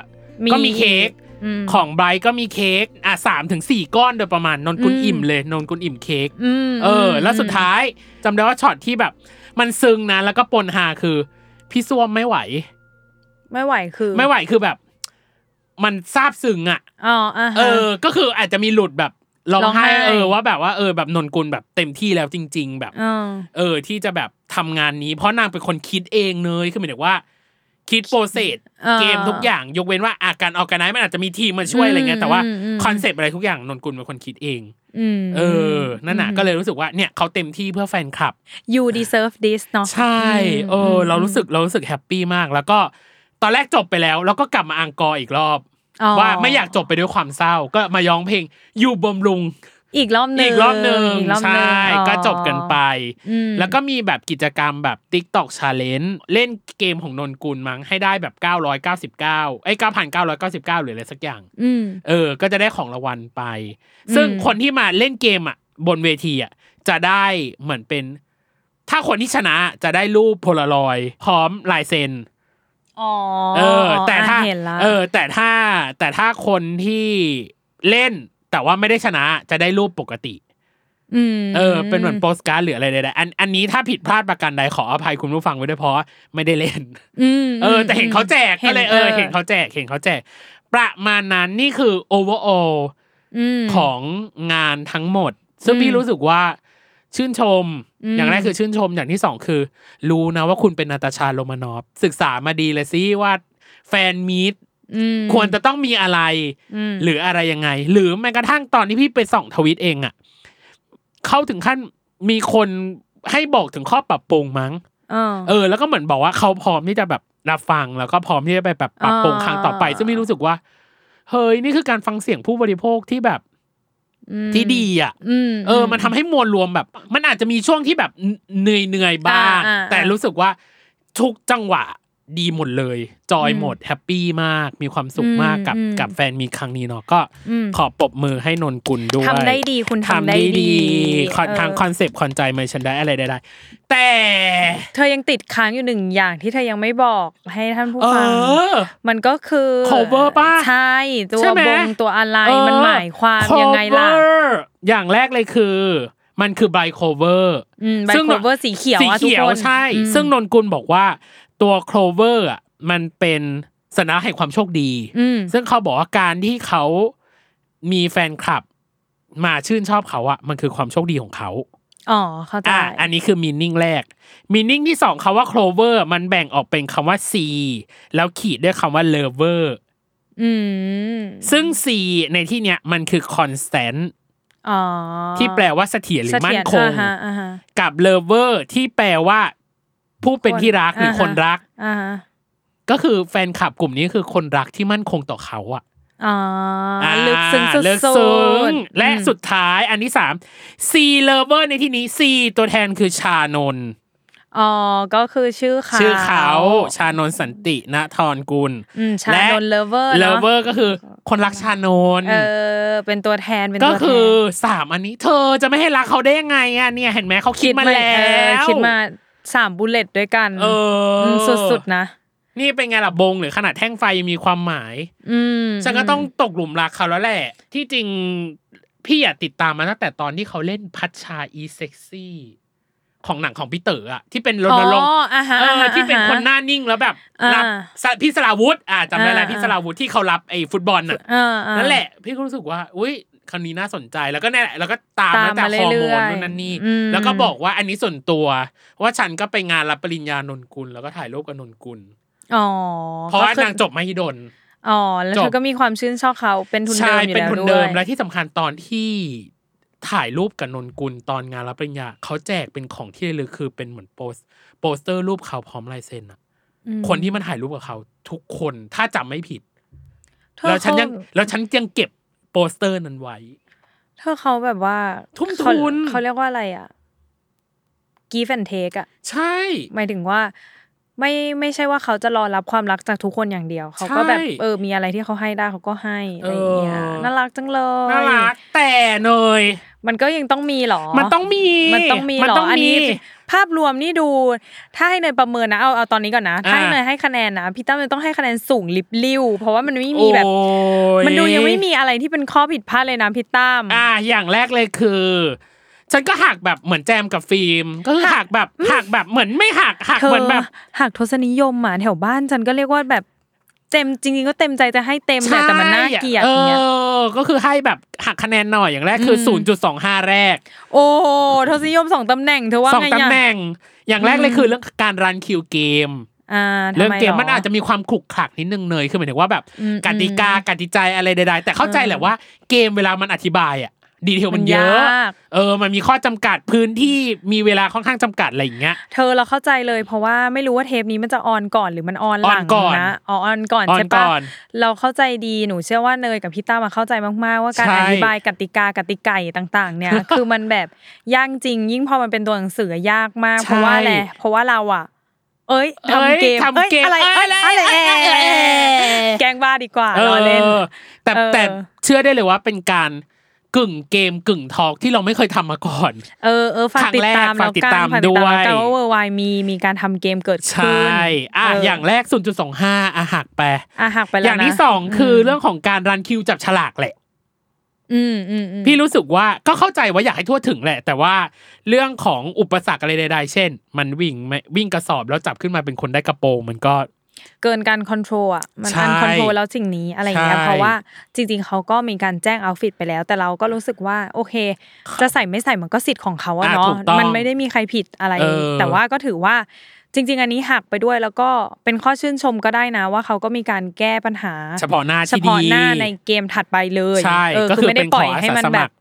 Speaker 1: ก็มีเค้ก
Speaker 2: ม
Speaker 1: ของไบรท์ก็มีเค้กอ่ะสามถึงสี่ก้อนโดยประมาณนนกุล
Speaker 2: อืม
Speaker 1: อิ่มเลยนนกุลอิ่มเค้ก
Speaker 2: ม
Speaker 1: เออ แล้วสุดท้ายจำได้ว่าช็อตที่แบบ มันซึ้งนะแล้วก็ปนหาคือ พี่ซ่วมไม่ไหว
Speaker 2: ไม่ไหวคือ
Speaker 1: ไม่ไหวคือแบบ มันซาบซึ้งอ่ะ
Speaker 2: อ๋ออ่าฮะ
Speaker 1: เออ ก็คืออาจจะมีหลุดแบบร้อง
Speaker 2: ร้องไห้
Speaker 1: ไห้เออว่าแบบว่าเออแบบนนกุลแบบเต็มที่แล้วจริง ๆ แบบ
Speaker 2: เออ
Speaker 1: เออที่จะแบบทำงานนี้ เพราะนางเป็นคนคิดเองเลยคือหมายถึงว่า คิดโปรเซส
Speaker 2: เออ
Speaker 1: เกมทุกอย่าง ยกเว้นว่าอาการออกกันไนมันอาจจะมีทีมมาช่วยอะไรเงี้ย
Speaker 2: อืม
Speaker 1: แต่ว่า
Speaker 2: อืมอืม
Speaker 1: คอนเซปต์อะไรทุกอย่างนนกุลเป็นคนคิดเอง
Speaker 2: อืม
Speaker 1: เออ นั่นน่ะก็เลยรู้สึกว่าเนี่ยเขาเต็มที่เพื่อแฟนคลับ
Speaker 2: you deserve this เนาะ
Speaker 1: ใช่ เอออ เรารู้สึกเรารู้สึกแฮปปี้มาก แล้วก็ตอนแรกจบไปแล้ว แล้วก็กลับมาอังกอร์อีกรอบ
Speaker 2: อ๋
Speaker 1: ว่าไม่อยากจบไปด้วยความเศร้า ก็มาย้องเพลงอยู่บำรุง
Speaker 2: อีกรอบหนึ่ง
Speaker 1: อีกรอบหนึ่ง
Speaker 2: อีกรอบห
Speaker 1: ใช่
Speaker 2: นึ่งอ๋อ
Speaker 1: ก็จบกันไป
Speaker 2: อืม
Speaker 1: แล้วก็มีแบบกิจกรรมแบบ t i k t o k Challenge เล่นเกมของนนกุลมั้งให้ได้แบบ 999ไอ้ย9,999 หรืออะไรสักอย่าง
Speaker 2: อืม
Speaker 1: เออ ก็จะได้ของรางวัลไป
Speaker 2: อืม
Speaker 1: ซึ่งคนที่มาเล่นเกมอ่ะบนเวทีอ่ะจะได้เหมือนเป็น ถ้าคนที่ชนะจะได้รูปโพลารอยด์พร้อมลายเซ็น
Speaker 2: อ๋อ
Speaker 1: เออ แต่ถ้า
Speaker 2: อ่ะเห็นละ
Speaker 1: เออ แต่ถ้าแต่ถ้าคนที่เล่นแต่ว่าไม่ได้ชนะจะได้รูปปกติ
Speaker 2: ม
Speaker 1: เออเป็นเหมือนโปสการ์ดหรืออะไรใดๆอันอันนี้ถ้าผิดพลาดประการใดขออภัยคุณผู้ฟังไว้ด้วยเพราะไม่ได้เล่น
Speaker 2: อืม
Speaker 1: เออ แต่เห็นเขาแจกก็เลยเออ เห็นเขาแจกเห็นเขาแจก ประมาณนั้นนี่คือ overall
Speaker 2: อืม
Speaker 1: ของงานทั้งหมด ซึ่ง
Speaker 2: อืม
Speaker 1: พี่รู้สึกว่าชื่นชม
Speaker 2: อืม
Speaker 1: อย่างแรกคือชื่นชมอย่างที่สองคือ รู้นะว่าคุณเป็นนาตาชาโรมานอฟศึกษามาดีเลยสิว่าแฟนมีต
Speaker 2: อืม
Speaker 1: ควรจะต้องมีอะไร
Speaker 2: อืม
Speaker 1: หรืออะไรยังไง หรือแม้กระทั่งตอนที่พี่ไปส่องทวิตเองอะเข้าถึงขั้นมีคนให้บอกถึงข้อปรับปรุงมั้ง
Speaker 2: เออ
Speaker 1: เออ แล้วก็เหมือนบอกว่าเขาพร้อมที่จะแบบรับฟังแล้วก็พร้อมที่จะไปแบบปรับปรุง
Speaker 2: อ่า
Speaker 1: ครั้งต่อไป ซึ่งพี่รู้สึกว่า เฮ้ยนี่คือการฟังเสียงผู้บริโภคที่แบบ
Speaker 2: ม
Speaker 1: ที่ดีอ่ะ
Speaker 2: อืม
Speaker 1: เออ มันทำให้มวลรวมแบบ มันอาจจะมีช่วงที่แบบเหนื่อยเหนื่อยๆบ้าง
Speaker 2: อ่าอ่าอ่า
Speaker 1: แต่รู้สึกว่าทุกจังหวะดีหมดเลย จอย
Speaker 2: อืม
Speaker 1: หมด แฮปปี้มาก มีความสุขมากกับ
Speaker 2: อืมอืม
Speaker 1: กับแฟนมีครั้งนี้เนาะ ก็
Speaker 2: อืม
Speaker 1: ขอปรบมือให้นนกุลด้วย
Speaker 2: ทำได้ดีคุณทำได้ดี
Speaker 1: คอน
Speaker 2: เออ
Speaker 1: ทางคอนเซปต์คอนใจเมอร์ชันได้อะไรได้ๆแต่
Speaker 2: เธอยังติดค้างอยู่หนึ่งอย่างที่เธอยังไม่บอกให้ท่านผู้
Speaker 1: เอ
Speaker 2: ฟัง
Speaker 1: อ
Speaker 2: มันก็คือ
Speaker 1: cover ป่ะ
Speaker 2: ใช่ ตัว
Speaker 1: ใช่ไหม
Speaker 2: บงตัวอะไร
Speaker 1: เออ
Speaker 2: มันหมายความยังไงล่ะ
Speaker 1: cover อย่างแรกเลยคือ มันคือ by cover
Speaker 2: อืมใบ
Speaker 1: ซึ่ง
Speaker 2: โคเวอร์สีเขียว
Speaker 1: สี
Speaker 2: อะทุก
Speaker 1: เขีย
Speaker 2: ค
Speaker 1: วน ใช่
Speaker 2: อืม
Speaker 1: ซึ่งนนกุลบอกว่าตัวโคลเวอร์อ่ะมันเป็นสนะแห่งความโชคดี
Speaker 2: อืม
Speaker 1: ซึ่งเขาบอกว่าการที่เขามีแฟนคลับมาชื่นชอบเขาอ่ะมันคือความโชคดีของเขา
Speaker 2: อ๋อ เข้าใจ
Speaker 1: อ่ะอันนี้คือมินนิ่งแรกมินนิ่งที่สองคำว่าโคลเวอร์มันแบ่งออกเป็นคำว่า C แล้วขีดด้วยคำว่า lover
Speaker 2: อืม
Speaker 1: ซึ่ง C ในที่เนี้ยมันคือ constant
Speaker 2: อ๋อ
Speaker 1: ที่แปลว่าเสถียรหรือมั่นคง
Speaker 2: เสถียรอ่าฮะอ่าฮะ
Speaker 1: กับ lover ที่แปลว่า ผู้เป็นที่รักหรือคนรัก
Speaker 2: อ่าฮะ
Speaker 1: ก็คือแฟนคลับกลุ่มนี้คือคนรักที่มั่นคงต่อเขาอะ
Speaker 2: อ๋ออ่า
Speaker 1: อ่า
Speaker 2: ลึกซึ้งสุดๆ
Speaker 1: ลึกซึ้งและ
Speaker 2: อืม
Speaker 1: สุดท้ายอันที่สาม C lover ในที่นี้ C ตัวแทนคือชานนท์
Speaker 2: อ๋อ ก็คือชื่อเขา
Speaker 1: ชื่อเขาชานนท์สันติณทรกุล
Speaker 2: อืมชา
Speaker 1: และ
Speaker 2: โดนเลเวอร์
Speaker 1: lover ก็คือ คนรักชานนท์
Speaker 2: เออเป็นตัวแทนเป็น
Speaker 1: ก็
Speaker 2: ตัวแทน
Speaker 1: คือสามอันนี้ เธอจะไม่ให้รักเขาได้ยังไงอ่ะเนี่ยเห็นไหมเขาคิดมาแล้
Speaker 2: เออ
Speaker 1: ว
Speaker 2: คิดมาสามบุลเลตด้วยกัน
Speaker 1: เออ
Speaker 2: มสุดๆนะ
Speaker 1: ๆนี่เป็นไงล่ะบงหรือขนาดแท่งไฟยังมีความหมาย
Speaker 2: อืม
Speaker 1: ฉันก็ต้องตกหลุมรักเขาแล้วแหละ ที่จริงพี่อยากติดตามมาตั้งแต่ตอนที่เขาเล่นพัชชาอีเซ็กซี่ของหนังของพี่เต๋ออะที่เป็นร
Speaker 2: อ๋
Speaker 1: ณรงค์
Speaker 2: ออ่าฮะ
Speaker 1: เออ
Speaker 2: ฮะ
Speaker 1: ที่เป็นคนห
Speaker 2: ฮะ
Speaker 1: น้านิ่งแล้วแบบรับ
Speaker 2: อ่า
Speaker 1: สะพี่สลาวุธอ่าจำได้แล้ว
Speaker 2: อ่า
Speaker 1: พี่สลาวุธที่เขารับไอ้ฟุตบอลน่ะ
Speaker 2: อ่าอ่า
Speaker 1: นั่นแหละ พี่ก็รู้สึกว่า อุ้ยคราวนี้น่าสนใจแล้วก็เนี่ยแหละแล้วก็ตาม
Speaker 2: ตาม
Speaker 1: มาจาก
Speaker 2: มาเรื่
Speaker 1: ฮ
Speaker 2: อยๆ
Speaker 1: อร์โมนนู่นนั่นนี่
Speaker 2: อืม
Speaker 1: แล้วก็บอกว่าอันนี้ส่วนตัว ว่าฉันก็ไปงานรับปริญญานนกุลแล้วก็ถ่ายรูปกับนนกุล
Speaker 2: อ๋อ
Speaker 1: เพราะ
Speaker 2: ก็คือน
Speaker 1: ว่าางจบมหิดล
Speaker 2: อ๋อแล้ว
Speaker 1: จ
Speaker 2: เธ
Speaker 1: บ
Speaker 2: อก็มีความชื่นชอบเขาเป็นทุนเดิ
Speaker 1: ใช่
Speaker 2: มอยู่
Speaker 1: เป็น
Speaker 2: แล้ว
Speaker 1: ทุน
Speaker 2: ด้
Speaker 1: เดิ
Speaker 2: ว
Speaker 1: ม
Speaker 2: ย
Speaker 1: และที่สำคัญตอนที่ถ่ายรูปกับนนกุลตอนงานรับปริญญาเขาแจกเป็นของที่ระลึกคือเป็นเหมือนโปสโปสเตอร์รูปเขาพร้อมลายเซ็นอะ
Speaker 2: อืม
Speaker 1: คนที่มันถ่ายรูปกับเขาทุกคนถ้าจำไม่ผิด
Speaker 2: เธอ
Speaker 1: แล้วฉันยัง
Speaker 2: เขา
Speaker 1: แล้วฉันยังเก็บโปสเตอร์นั้นไว้
Speaker 2: เธอเขาแบบว่า
Speaker 1: ทุ่มทุน
Speaker 2: เขาเขาเรียกว่าอะไรอ่ะ give and take อ่ะ
Speaker 1: ใช่
Speaker 2: หมายถึงว่า ไม่ไม่ใช่ว่าเขาจะรอรับความรักจากทุกคนอย่างเดียว เขาก็แบบ
Speaker 1: ใช่
Speaker 2: เออมีอะไรที่เขาให้ได้เขาก็ให้อะไรอย่างเงี้ย
Speaker 1: เออ
Speaker 2: น่ารักจังเลย
Speaker 1: น่ารักแต่เนย
Speaker 2: มันก็ยังต้องมีเหรอ
Speaker 1: มันต้องมี
Speaker 2: มันต้องมี
Speaker 1: มัน
Speaker 2: เหร
Speaker 1: ต้
Speaker 2: อ
Speaker 1: อง
Speaker 2: อัน
Speaker 1: มี
Speaker 2: นี้ภาพรวมนี่ดู ถ้าให้เนยประเมินนะ เอาเอาตอนนี้ก่อนนะ ถ้าให้เนยให้คะแนนนะ พี่ตั้มจะต้องให้คะแนนสูงลิบลิ่ว เพราะว่ามันไม่มีแบบ
Speaker 1: โอ้ย
Speaker 2: มันดูยังไม่มีอะไรที่เป็นข้อผิดพลาดเลยนะพี่ตั้ม
Speaker 1: อ่าอย่างแรกเลยคือ ฉันก็หักแบบเหมือนแจมกับฟิล์ม ก็คือหักแบบหักแบบเหมือนไม่หักหัก
Speaker 2: เธ
Speaker 1: เหมื
Speaker 2: อ
Speaker 1: อนแบบ
Speaker 2: หากทศนิยมอ่ะแถวบ้านฉันก็เรียกว่าแบบเต็มจริงๆก็เต็มใจจะให้เต็มแหละแต่มันน่าเกลียด
Speaker 1: เอ
Speaker 2: อย่างเงี้ย
Speaker 1: อ ก็คือให้แบบหักคะแนนหน่อยอย่างแรกคืออ
Speaker 2: ม
Speaker 1: ศูนย์จุดสองห้าแรก
Speaker 2: โอ้ทศนิยมสองตำแหน่งเธอว่า
Speaker 1: สอง
Speaker 2: ไง
Speaker 1: ตำ
Speaker 2: อ่ะ
Speaker 1: แหน่ง อย่างแรกเลยคือเรื่องการรันคิวเกม
Speaker 2: อ่าทำไ
Speaker 1: เรื่องเกมมัน
Speaker 2: ห
Speaker 1: อาจจะมีความขลุกขลักนิดนึงเนยคือหมายถึงว่าแบบ
Speaker 2: อืม
Speaker 1: กติกากติใจอะไรใดๆแต่เข้าใจแหละว่าเกมเวลามันอธิบายอ่ะดีเทลมันเยอะ
Speaker 2: มันยาก
Speaker 1: เออ มันมีข้อจำกัดพื้นที่มีเวลาค่อนข้างจำกัดอะไรอย่างเงี้ย
Speaker 2: เธอเราเข้าใจเลย เพราะว่าไม่รู้ว่าเทปนี้มันจะออนก่อนหรือมันออนหลั
Speaker 1: อง อนก่อน
Speaker 2: นะอ๋อออนก่อน
Speaker 1: ออน
Speaker 2: ใช่ปะ
Speaker 1: ก่อน
Speaker 2: เราเข้าใจดีหนูเชื่อว่าเนยกับพี่ต้ามาเข้าใจมากๆ ว่าการ
Speaker 1: ใช่
Speaker 2: อธิบายกติกากติไก่ต่าง
Speaker 1: <laughs>
Speaker 2: ๆเนี่ย คือมันแบบยากจริง ยิ่งพอมันเป็นตัวหนังสือยากมากเพราะว่าอะไรเพราะว่าเราอ่ะ เอ้ยทำเกม
Speaker 1: อ้ยทำเกม
Speaker 2: อะไรเอ้ยอะไรเอ้ยเอ้ยเอ้ยเอ้ยแกล้งบ้าดีกว่า
Speaker 1: เอ
Speaker 2: รอ
Speaker 1: อ
Speaker 2: เล่น
Speaker 1: แต่
Speaker 2: เออ
Speaker 1: แต่เชื่อได้เลยว่าเป็นการกึ่งเกมกึ่งทอล์กที่เราไม่เคยทำมาก่อน
Speaker 2: เออเออฝากติดตาม
Speaker 1: ครั้งแรกฝากติดตาม
Speaker 2: แล้วกัน
Speaker 1: ด้วย
Speaker 2: ฝากติดตามแล้วกันว่าเวอร์ไวมีมีการทำเกมเกิด
Speaker 1: ใช
Speaker 2: ขึ้น่
Speaker 1: อ่ะ
Speaker 2: เ
Speaker 1: อย่างแรก 0.25อ่ะหักไป
Speaker 2: อ่ะหักไปแล้ว
Speaker 1: อย่างที่
Speaker 2: นะ
Speaker 1: สองคือ
Speaker 2: ม
Speaker 1: เรื่องของการรันคิวจับฉลากแหละ
Speaker 2: อืมอืมอืม
Speaker 1: พี่รู้สึกว่าก็เข้าใจว่าอยากให้ทั่วถึงแหละ แต่ว่าเรื่องของอุปสรรคอะไรใดๆ เช่น มันวิ่งไม่วิ่งกระสอบแล้วจับขึ้นมาเป็นคนได้กระโปรงมันก็
Speaker 2: เกินการคอนโทรลอ่ะมัน
Speaker 1: ใช่
Speaker 2: อันคอนโทรลแล้วสิ่งนี้อะไรอย่างเงี้ย
Speaker 1: ใช่
Speaker 2: เพราะว่าจริง ๆเขาก็มีการแจ้งเอาฟิตไปแล้ว แต่เราก็รู้สึกว่า โอเค จะใส่ไม่ใส่มันก็สิทธิ์ของเขาอะ
Speaker 1: อ่ะ
Speaker 2: เนาะ
Speaker 1: ถูกต้อง
Speaker 2: มันไม่ได้มีใครผิดอะไร
Speaker 1: เออ
Speaker 2: แต่ว่าก็ถือว่าจริง ๆ อันนี้หักไปด้วยแล้วก็เป็นข้อชื่นชมก็ได้นะว่าเขาก็มีการแก้ปัญหา
Speaker 1: เฉพาะหน้า
Speaker 2: เฉ
Speaker 1: ที่ดี
Speaker 2: พาะหน้าในเกมถัดไปเลย
Speaker 1: ใช่
Speaker 2: เออ
Speaker 1: ก็
Speaker 2: คื
Speaker 1: คืออ
Speaker 2: ไม่ได้
Speaker 1: เป็น
Speaker 2: ปล่อย
Speaker 1: ขออาสา
Speaker 2: ให้มัน
Speaker 1: สมั
Speaker 2: แบ
Speaker 1: ค
Speaker 2: บ
Speaker 1: ร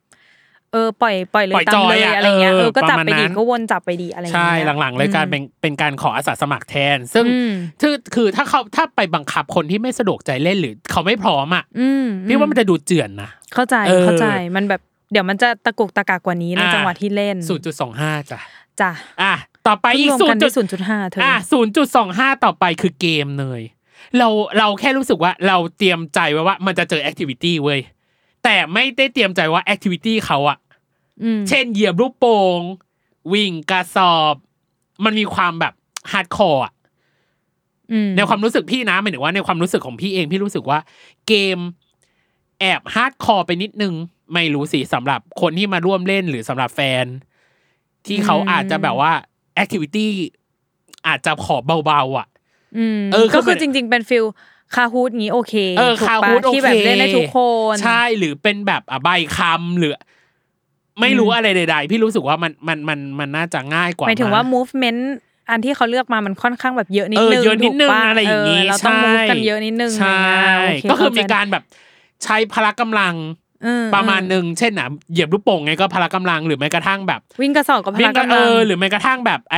Speaker 2: เออปล่อยปล่อยเลย
Speaker 1: ปล่อย
Speaker 2: ตาม
Speaker 1: จอย
Speaker 2: เลย
Speaker 1: อะ
Speaker 2: อะไรเงี้ย
Speaker 1: เออ
Speaker 2: เออก็จับ
Speaker 1: ประ
Speaker 2: ไป
Speaker 1: มาณนั้
Speaker 2: ดี
Speaker 1: น
Speaker 2: ก็วนจับไปดีอะไรอย่าง
Speaker 1: ใช่
Speaker 2: เงี้ย
Speaker 1: หลังๆเลยการเป็นเป็นการขออาสาสมัครแทน ซึ่ง
Speaker 2: อืม
Speaker 1: คือคือถ้าเขาถ้าไปบังคับคนที่ไม่สะดวกใจเล่นหรือเขาไม่พร้อมอ่ะ
Speaker 2: อืม
Speaker 1: พี่ว่ามันจะดูเจือนนะ
Speaker 2: เข้าใจ
Speaker 1: เออ
Speaker 2: เข้าใจมันแบบเดี๋ยวมันจะตะกุกตะกากกว่านี้ใน
Speaker 1: อ่า
Speaker 2: จังหวะที่เล่น
Speaker 1: 0.25 จ้ะ
Speaker 2: จ้ะ
Speaker 1: อ่ะต่อไปอีก
Speaker 2: รวม
Speaker 1: ศู
Speaker 2: กัน น
Speaker 1: จุ
Speaker 2: ที่
Speaker 1: ด
Speaker 2: ศูนย์จุดห้าเธออ
Speaker 1: อ่ะ0.25 ต่อไปคือเกมเลย เราเราแค่รู้สึกว่าเราเตรียมใจไว้ว่ามันจะเจอแอคทิวิตี้เว้ยแต่ไม่ได้เตรียมใจว่าแอคทิวิตี้เขาอะ
Speaker 2: อืม
Speaker 1: เช่นเหยียบลูกโป่งวิ่งกระสอบ มันมีความแบบฮาร์ดคอร์อะ
Speaker 2: อืม
Speaker 1: ในความรู้สึกพี่นะหมายถึงว่าในความรู้สึกของพี่เองพี่รู้สึกว่าเกมแอบฮาร์ดคอร์ไปนิดนึง ไม่รู้สิสำหรับคนที่มาร่วมเล่นหรือสำหรับแฟน ที่เขาอาจจะแบบว่าแอคทิวิตี้อาจจะขอเบาๆอ่ะ
Speaker 2: อืม
Speaker 1: เออคือ
Speaker 2: ก็คือ
Speaker 1: มัน
Speaker 2: จริง ๆ เป็นฟิลคาฮูดงี้โอเค
Speaker 1: เออ
Speaker 2: ถูก
Speaker 1: คา
Speaker 2: ปะ
Speaker 1: ฮูดโอ
Speaker 2: ที่
Speaker 1: เค
Speaker 2: แบบเล่นได้ทุกคน
Speaker 1: ใช่หรือเป็นแบบอ่ะใบคำหรือ ไม่รู้อะไรใด ๆ พี่รู้สึกว่ามันมันมันมันน่าจะง่ายกว่า
Speaker 2: หมายถึง
Speaker 1: มั้
Speaker 2: ว่า movement อันที่เขาเลือกมามันค่อนข้างแบบเยอะนิด
Speaker 1: เออ
Speaker 2: นึง
Speaker 1: เยอะนิดนึง
Speaker 2: ถูกป
Speaker 1: อะไรอย่าง
Speaker 2: เเราต้อง
Speaker 1: ใช่
Speaker 2: มูฟกันเยอะนิดนึง
Speaker 1: ใช่
Speaker 2: อะไรเงี้ยโเ
Speaker 1: ก็คือมี
Speaker 2: เข้ใจ
Speaker 1: การแบบใช้พละกำลัง
Speaker 2: อื
Speaker 1: ประมาณหนึ่งเช่นอ่ะเหยียบลูกโป่งไงก็พละกำลังหรือแม้กระทั่งแบบ
Speaker 2: วิ่งกระสอบกับพ
Speaker 1: วิ่
Speaker 2: ละ
Speaker 1: งก็
Speaker 2: กำ
Speaker 1: เอ
Speaker 2: ลัง
Speaker 1: อหรือแม้กระทั่งแบบไอ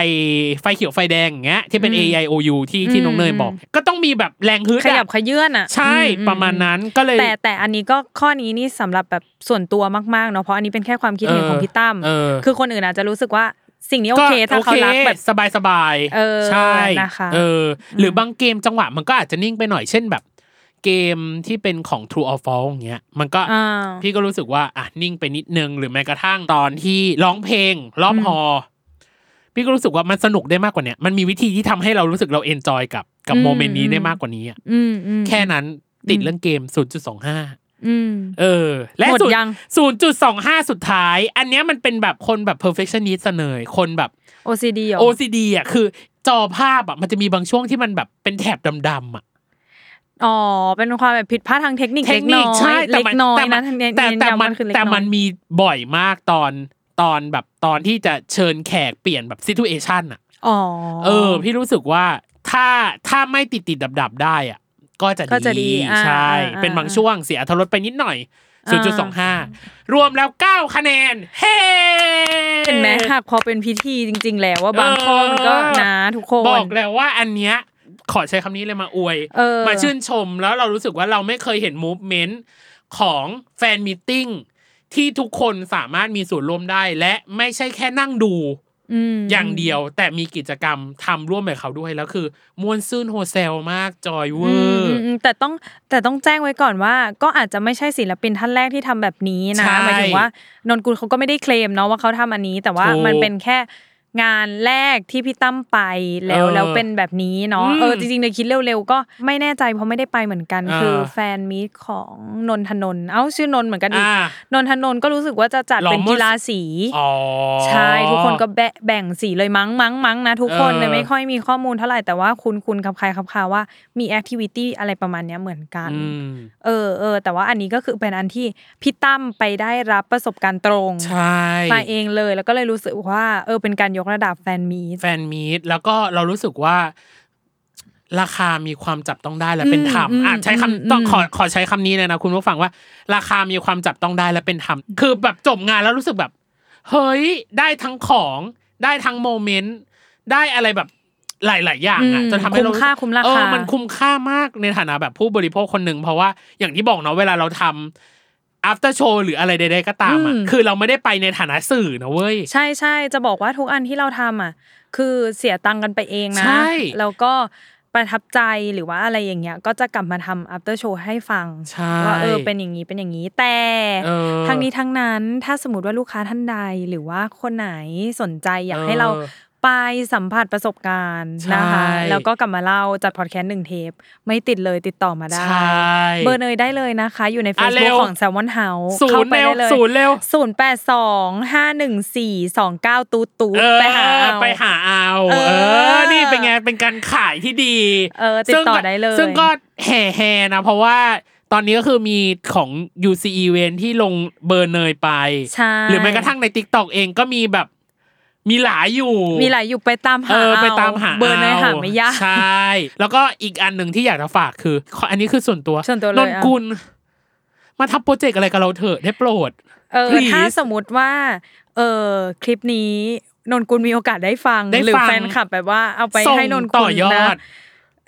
Speaker 1: ไฟเขียวไฟแดงอย่างเงี้ยที่เป็น A I O U ที่ที่
Speaker 2: อืม
Speaker 1: น้องเนยบอก
Speaker 2: อืม
Speaker 1: ก็ต้องมีแบบแรงฮึด
Speaker 2: ขยับ
Speaker 1: อะ
Speaker 2: ขยื่นอ่ะ
Speaker 1: ใช่
Speaker 2: อื
Speaker 1: ประมาณนั้นก็เลย
Speaker 2: แต่แต่อันนี้ก็ข้อนี้นี่สำหรับแบบส่วนตัวมากๆเนาะเพราะอันนี้เป็นแค่ความคิดเห็น
Speaker 1: เออ
Speaker 2: ของพี่ตั้ม
Speaker 1: เออ
Speaker 2: คือคนอื่นอาจจะรู้สึกว่าสิ่งนี้โอเคถ้าเขารักแบบ
Speaker 1: สบายสบายๆ
Speaker 2: เออ
Speaker 1: ใช่
Speaker 2: นะคะ
Speaker 1: เออ หรือบางเกมจังหวะมันก็อาจจะนิ่งไปหน่อยเช่นแบบ เกมที่เป็นของ True or False อย่างเงี้ยมันก็
Speaker 2: อ่า
Speaker 1: พี่ก็รู้สึกว่าอ่ะนิ่งไปนิดนึง หรือแม้กระทั่งตอนที่ร้องเพลงรอบ
Speaker 2: อืม
Speaker 1: ฮอลล์พี่ก็รู้สึกว่ามันสนุกได้มากกว่าเนี้ยมันมีวิธีที่ทำให้เรารู้สึกเราเอนจอยกับกับโมเมนต์นี้ได้มากกว่านี้อะ
Speaker 2: อืมอืม
Speaker 1: แค่นั้นติดเรื่องเกม 0.25
Speaker 2: อืม
Speaker 1: เออ และ
Speaker 2: หมด
Speaker 1: ศูน
Speaker 2: ยัง
Speaker 1: 0.25 สุดท้าย อันเนี้ยมันเป็นแบบคนแบบ perfectionist เสนอคนแบบ
Speaker 2: OCD เหรอ
Speaker 1: OCD อ่ะคือจอภาพอ่ะมันจะมีบางช่วงที่มันแบบเป็นแถบดำๆอ่ะ
Speaker 2: อ๋อ เป็นความแบบผิดพลาดทางเทคนิค
Speaker 1: เทคนิคใช่
Speaker 2: เล็กน้อยเล็กน้อยนะเน้น
Speaker 1: แต่
Speaker 2: เน้น
Speaker 1: แต่
Speaker 2: ย้ำ
Speaker 1: มัน
Speaker 2: ว่าคือเล็ก
Speaker 1: แต่
Speaker 2: อย
Speaker 1: มันมีบ่อยมากตอนตอนแบบตอนที่จะเชิญแขกเปลี่ยนแบบซิทูเอชันอ่ะ
Speaker 2: อ๋อ
Speaker 1: เออ พี่รู้สึกว่าถ้าถ้าไม่ติดติดดับดับๆได้อ่ะก็จะ
Speaker 2: ก็จะดี
Speaker 1: ดี
Speaker 2: อ่า
Speaker 1: ใช่
Speaker 2: อ่า
Speaker 1: เป็นบางช่วงเสียอรรถรสไปนิดหน่อย
Speaker 2: อ่า
Speaker 1: 0.25 รวมแล้ว 9 คะแนน เฮ้
Speaker 2: เห็นไหมหากพอเป็นพิธีจริง ๆ แล้วว่าบางข้อมันก็
Speaker 1: เออ
Speaker 2: นะทุกคน
Speaker 1: บอกแล้วว่าอันเนี้ยขอใช้คำนี้เลยมาอวย
Speaker 2: เออ
Speaker 1: มาชื่นชมแล้วเรารู้สึกว่าเราไม่เคยเห็นมูฟเมนต์ของแฟนมิทติ้งที่ทุกคนสามารถมีส่วนร่วมได้ และไม่ใช่แค่นั่งดู
Speaker 2: ม
Speaker 1: อย่างเดียว แต่มีกิจกรรมทำร่วมกับเขาด้วย แล้วคือมวนซื่นโฮเซลมากจอยเว
Speaker 2: อื
Speaker 1: อ
Speaker 2: มอื
Speaker 1: ร์
Speaker 2: มอืมแต่ต้องแต่ต้องแจ้งไว้ก่อนว่า ก็อาจจะไม่ใช่ศิลปินท่านแรกที่ทำแบบนี้นะ
Speaker 1: ใช่
Speaker 2: หมายถึงว่านนกุลเขาก็ไม่ได้เคลมเนาะว่าเขาทำอันนี้ แต่ว่า
Speaker 1: ถูก
Speaker 2: มันเป็นแค่งานแรกที่พี่ตั้มไปแล้ว
Speaker 1: เออ
Speaker 2: แล้วเป็นแบบนี้เนาะ
Speaker 1: อืม
Speaker 2: เออจริงๆเลยคิดเร็วๆก็ไม่แน่ใจเพราะไม่ได้ไปเหมือนกัน
Speaker 1: อ่า
Speaker 2: คือแฟนมีตของนนทนนท์เอ้าชื่อนนท์เหมือนกันอีก
Speaker 1: อ่า
Speaker 2: นนทนนท์ก็รู้สึกว่าจะจัด
Speaker 1: ลอง
Speaker 2: เป็น
Speaker 1: เมื่อ
Speaker 2: กีฬาสี
Speaker 1: อ๋อ
Speaker 2: ใช่ทุกคนก็แบะแบ่งสีเลยมั้งมั้งมั้งนะทุกคนเลย
Speaker 1: เออ
Speaker 2: ไม่ค่อยมีข้อมูลเท่าไหร่แต่ว่าคุณคุณคำใครคำคาว่ามีแอคทิวิตี้อะไรประมาณเนี้ยเหมือนกัน
Speaker 1: อืม
Speaker 2: เออเออแต่ว่าอันนี้ก็คือเป็นอันที่พี่ตั้มไปได้รับประสบการณ์ตรง
Speaker 1: ใช่
Speaker 2: มาเองเลย แล้วก็เลยรู้สึกว่าเออเป็นการยกระดับแฟนมีต
Speaker 1: แฟนมีตแล้วก็เรารู้สึกว่า ราคามีความจับต้องได้และเป็นธรรม
Speaker 2: อืม
Speaker 1: อ่ะใช้คำ
Speaker 2: อืม
Speaker 1: ต้องขอ
Speaker 2: อืม
Speaker 1: ขอใช้คำนี้เลยนะคุณผู้ฟังว่า ราคามีความจับต้องได้และเป็นธรรมคือแบบจบงานแล้วรู้สึกแบบ เฮ้ยได้ทั้งของได้ทั้งโมเมนต์ได้อะไรแบบหลาย ๆ อย่างอ่ะ
Speaker 2: อืม
Speaker 1: จนทำให้เรา
Speaker 2: คุ้มค่าคุ้มราคา
Speaker 1: เออมันคุ้มค่ามากในฐานะแบบผู้บริโภคคนหนึ่งเพราะว่าอย่างที่บอกเนาะเวลาเราทำ after show หรืออะไรใดๆก็ตามอ่ะคือเราไม่ได้ไปในฐานะสื่อนะเว้ย
Speaker 2: ใช่ใช่จะบอกว่าทุกอันที่เราทำอ่ะ คือเสียตังค์กันไปเองนะ
Speaker 1: ใช่
Speaker 2: แล้วก็ประทับใจหรือว่าอะไรอย่างเงี้ยก็จะกลับมาทำ after show ให้ฟัง
Speaker 1: ใช่
Speaker 2: ว่าเออเป็นอย่างนี้เป็นอย่างนี้แต่
Speaker 1: เออ
Speaker 2: ทั้งนี้ทั้งนั้นถ้าสมมติว่าลูกค้าท่านใดหรือว่าคนไหนสนใจอยากให้เรา
Speaker 1: เออ
Speaker 2: ไปสัมผัสประสบการณ์นะคะ
Speaker 1: ใช่
Speaker 2: แล้วก็กลับมาเล่าจัดพอดแคสต์หนึ่งเทป ไม่ติดเลยติดต่อมาได้
Speaker 1: ใช่
Speaker 2: เบอร์เนยได้เลยนะคะ อยู่ใน
Speaker 1: อ่ะเร็
Speaker 2: Facebook
Speaker 1: ว
Speaker 2: ของ s ซ l m o n House
Speaker 1: ศู
Speaker 2: เข้าน
Speaker 1: ย์
Speaker 2: ไป
Speaker 1: เร็ว
Speaker 2: ได้เลย
Speaker 1: ศูนย์เร็ว
Speaker 2: ศูนย์แปดสองห้าหนึ่งสี่สองเก้าตูดตูด
Speaker 1: เออ
Speaker 2: ไปหาเอา
Speaker 1: ไปหาเอา
Speaker 2: เออ
Speaker 1: เออ นี่เป็นไงเป็นการขายที่ดี
Speaker 2: เออติดต่
Speaker 1: ซึ่
Speaker 2: อ
Speaker 1: งก็
Speaker 2: ได้เลย
Speaker 1: ซึ่งก็แห่แห่ๆนะ เพราะว่าตอนนี้ก็คือมีของ UC Event ที่ลงเบอร์เนยไป
Speaker 2: ใช่
Speaker 1: หรือแม้กระทั่งใน TikTok เองก็มีแบบมีหลายอยู่
Speaker 2: มีหลายอยู่ไปตามหา
Speaker 1: เออไป
Speaker 2: เอ
Speaker 1: ตามหา
Speaker 2: เบอร์เนย
Speaker 1: า
Speaker 2: หาไม่ยาก
Speaker 1: ใช่ แล้วก็อีกอันหนึ่งที่อยากจะฝากคือ อันนี้คือส่วนตัว
Speaker 2: ส่วนตัวเลย
Speaker 1: น
Speaker 2: อ่ะ
Speaker 1: กุลมาทำโปรเจกต์อะไรกับเราเถอะได้โปรด
Speaker 2: เออ
Speaker 1: Please
Speaker 2: ถ้าสมมติว่า เออคลิปนี้นนกุลมีโอกาสได้ฟัง
Speaker 1: ได้
Speaker 2: หรือ
Speaker 1: ฟัง
Speaker 2: แฟนคลับแบบว่าเอาไป
Speaker 1: ส่ง
Speaker 2: ให้นน
Speaker 1: ต่
Speaker 2: กุ
Speaker 1: อ
Speaker 2: ล
Speaker 1: ยอ
Speaker 2: นะ
Speaker 1: ด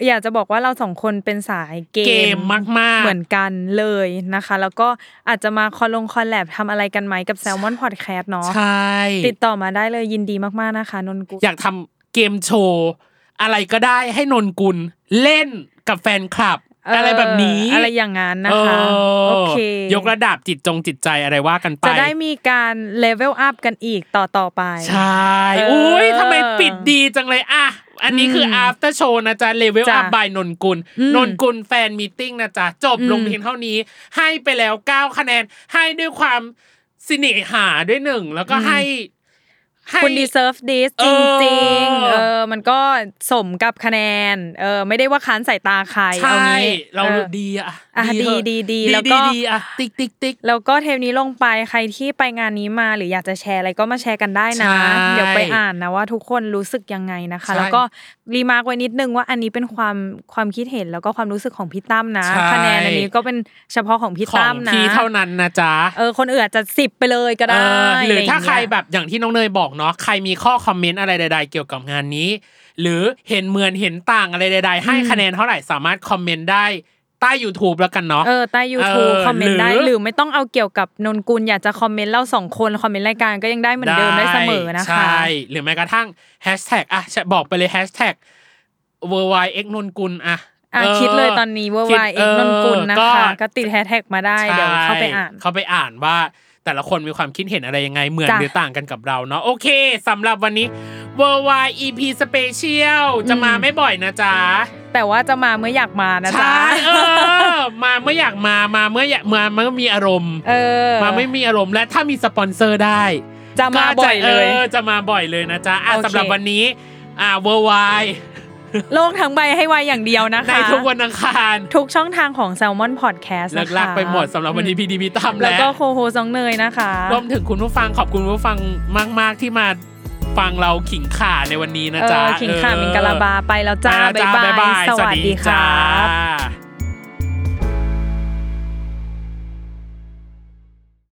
Speaker 2: อยากจะบอกว่าเราสองคนเป็นสายเก
Speaker 1: เกมมากๆ
Speaker 2: เหมือนกันเลยนะคะ แล้วก็อาจจะมาคอลงคอลแลบทำอะไรกันไหมกับแซลมอนพอดแคสต์เนาะ
Speaker 1: ใช่
Speaker 2: ติดต่อมาได้เลยยินดีมากๆนะคะ นนกุล
Speaker 1: อยากทำเกมโชว์อะไรก็ได้ให้นนกุลเล่นกับแฟนคลับ
Speaker 2: เอออ
Speaker 1: อะไรแบบนี้
Speaker 2: อะไรอย่างนั้นนะคะ
Speaker 1: เออ
Speaker 2: โอเค
Speaker 1: ยกระดับจิตจงจิตใจอะไรว่ากันไป
Speaker 2: จะได้มีการเลเวลอัพกันอีกต่อต่อๆไป
Speaker 1: ใช่
Speaker 2: เออ
Speaker 1: อุ้ยทำไมปิดดีจังเลยอ่ะ อันนี้คือ
Speaker 2: ม
Speaker 1: after show นะจ๊ะ level
Speaker 2: จ้ะ
Speaker 1: up by นนกุล
Speaker 2: อืม
Speaker 1: นนกุลแฟนมีตติ้งนะจ๊ะ จบ
Speaker 2: อืม
Speaker 1: ลงเพียงเท่านี้ ให้ไปแล้ว 9 คะแนน ให้ด้วยความสิเนหาด้วยหนึ่ง แล้วก็ให้ให้
Speaker 2: คุณ deserve this
Speaker 1: เอ
Speaker 2: จ
Speaker 1: อ
Speaker 2: ริงๆ เออ มันก็สมกับคะแนน เออ ไม่ได้ว่าค้านสายตาใคร
Speaker 1: ใช่
Speaker 2: เอางี้
Speaker 1: เรา
Speaker 2: ออ
Speaker 1: ดีอะ
Speaker 2: อ่ะ
Speaker 1: เถอะ
Speaker 2: ดีดีดีแล้วก็
Speaker 1: ดีอะติ๊กติ๊กติ๊ก
Speaker 2: แล้วก็เทปนี้ลงไปใครที่ไปงานนี้มาหรืออยากจะแชร์อะไรก็มาแชร์กันได้นะ
Speaker 1: ใช่
Speaker 2: เดี๋ยวไปอ่านนะว่าทุกคนรู้สึกยังไงนะคะ
Speaker 1: ใช่
Speaker 2: แล้วก็รีมาร์กไว้นิดนึงว่าอันนี้เป็นความความคิดเห็นแล้วก็ความรู้สึกของพี่ตั้มนะ
Speaker 1: ใช่
Speaker 2: คะแนนอันนี้ก็เป็นเฉพาะของพี่
Speaker 1: ขอ
Speaker 2: ตั้
Speaker 1: ง
Speaker 2: มนะ
Speaker 1: พี่เท่านั้นนะจ๊ะ
Speaker 2: เออคนอื่นอาจจะสิบไปเลยก็
Speaker 1: เอ
Speaker 2: ได้
Speaker 1: อหรือถ้า
Speaker 2: ะไย่งเงี้ย
Speaker 1: ใครแบบอย่างที่น้องเนยบอกเนาะใครมีข้อคอมเมนต์อะไรใด ๆ เกี่ยวกับงานนี้ หรือเห็นเหมือนเห็นต่างอะไรใด ๆ ให้คะแนนเท่าไหร่สามารถคอมเมนต์ได้ใต้ YouTube แล้วกันเนาะ
Speaker 2: เออใต้ YouTube
Speaker 1: เออ
Speaker 2: คอมเมนต์ได้
Speaker 1: หรือ
Speaker 2: หรือไม่ต้องเอาเกี่ยวกับนนกุลอยากจะคอมเมนต์เราสองคน คอมเมนต์รายการก็ยังได้เหมือนเดิมได้เสมอนะคะ
Speaker 1: ใช่ หรือแม้กระทั่งแฮชแท็กอ่ะบอกไปเลยแฮชแท็ก w w w x นนกุลอ่ะ
Speaker 2: อ่ะ
Speaker 1: เออ
Speaker 2: คิดเลยตอนนี้ว่า
Speaker 1: คิด
Speaker 2: วายเองนนกุลนะ
Speaker 1: เออก็
Speaker 2: คะ ก็ติดแฮชแท็กมาได้เดี๋ยวเข้าไปอ่าน
Speaker 1: ใช่เข้าไปอ่านว่าแต่ละคนมีความคิดเห็นอะไรยังไง เหมือน
Speaker 2: จ้ะ
Speaker 1: หรือต่างกันกับเราเนาะโอเคสำหรับวันนี้ w w y EP Special จะมา
Speaker 2: อืม
Speaker 1: ไม่บ่อยนะจ๊ะ
Speaker 2: แต่ว่าจะมาเมื่ออยากมานะจ๊ะ
Speaker 1: ใช่เออ มาเมื่ออยากมามาเมื่ออยากมาเมื่อมีอารมณ์
Speaker 2: เออ
Speaker 1: มาไม่มีอารมณ์และถ้ามีสปอนเซอร์ได้
Speaker 2: จะมาบ่อยเลย
Speaker 1: ก็จะออจะมาบ่อยเลยนะจ๊ะอ่ะ
Speaker 2: โอเค
Speaker 1: สำหรับวันนี้ อ่าเวอร์ไว
Speaker 2: โลกทั้งใบให้วายอย่างเดียวนะ
Speaker 1: ใน
Speaker 2: คะ
Speaker 1: ทุกวันอังคาร
Speaker 2: ทุกช่องทางของ s ซ l m o n Podcast
Speaker 1: เลิ
Speaker 2: นะ
Speaker 1: ก
Speaker 2: คะ
Speaker 1: ลากไปหมดสำหรับวันนี้
Speaker 2: อืม
Speaker 1: พี่ดีพี่ตั้ม
Speaker 2: แล้ว
Speaker 1: และ
Speaker 2: ก็โคโฮซองเนยนะคะ
Speaker 1: รวมถึงคุณผู้ฟังขอบคุณผู้ฟังมาก ๆ ที่มาฟังเราขิงข่าในวันนี้นะ
Speaker 2: เอ
Speaker 1: จ๊ะ
Speaker 2: อขิงข่ามิงกะลาบาไปแล้วจ้า
Speaker 1: ไปแล้ว
Speaker 2: บ๊ายบาย สวัสดี
Speaker 1: จ้
Speaker 2: ครับ
Speaker 1: า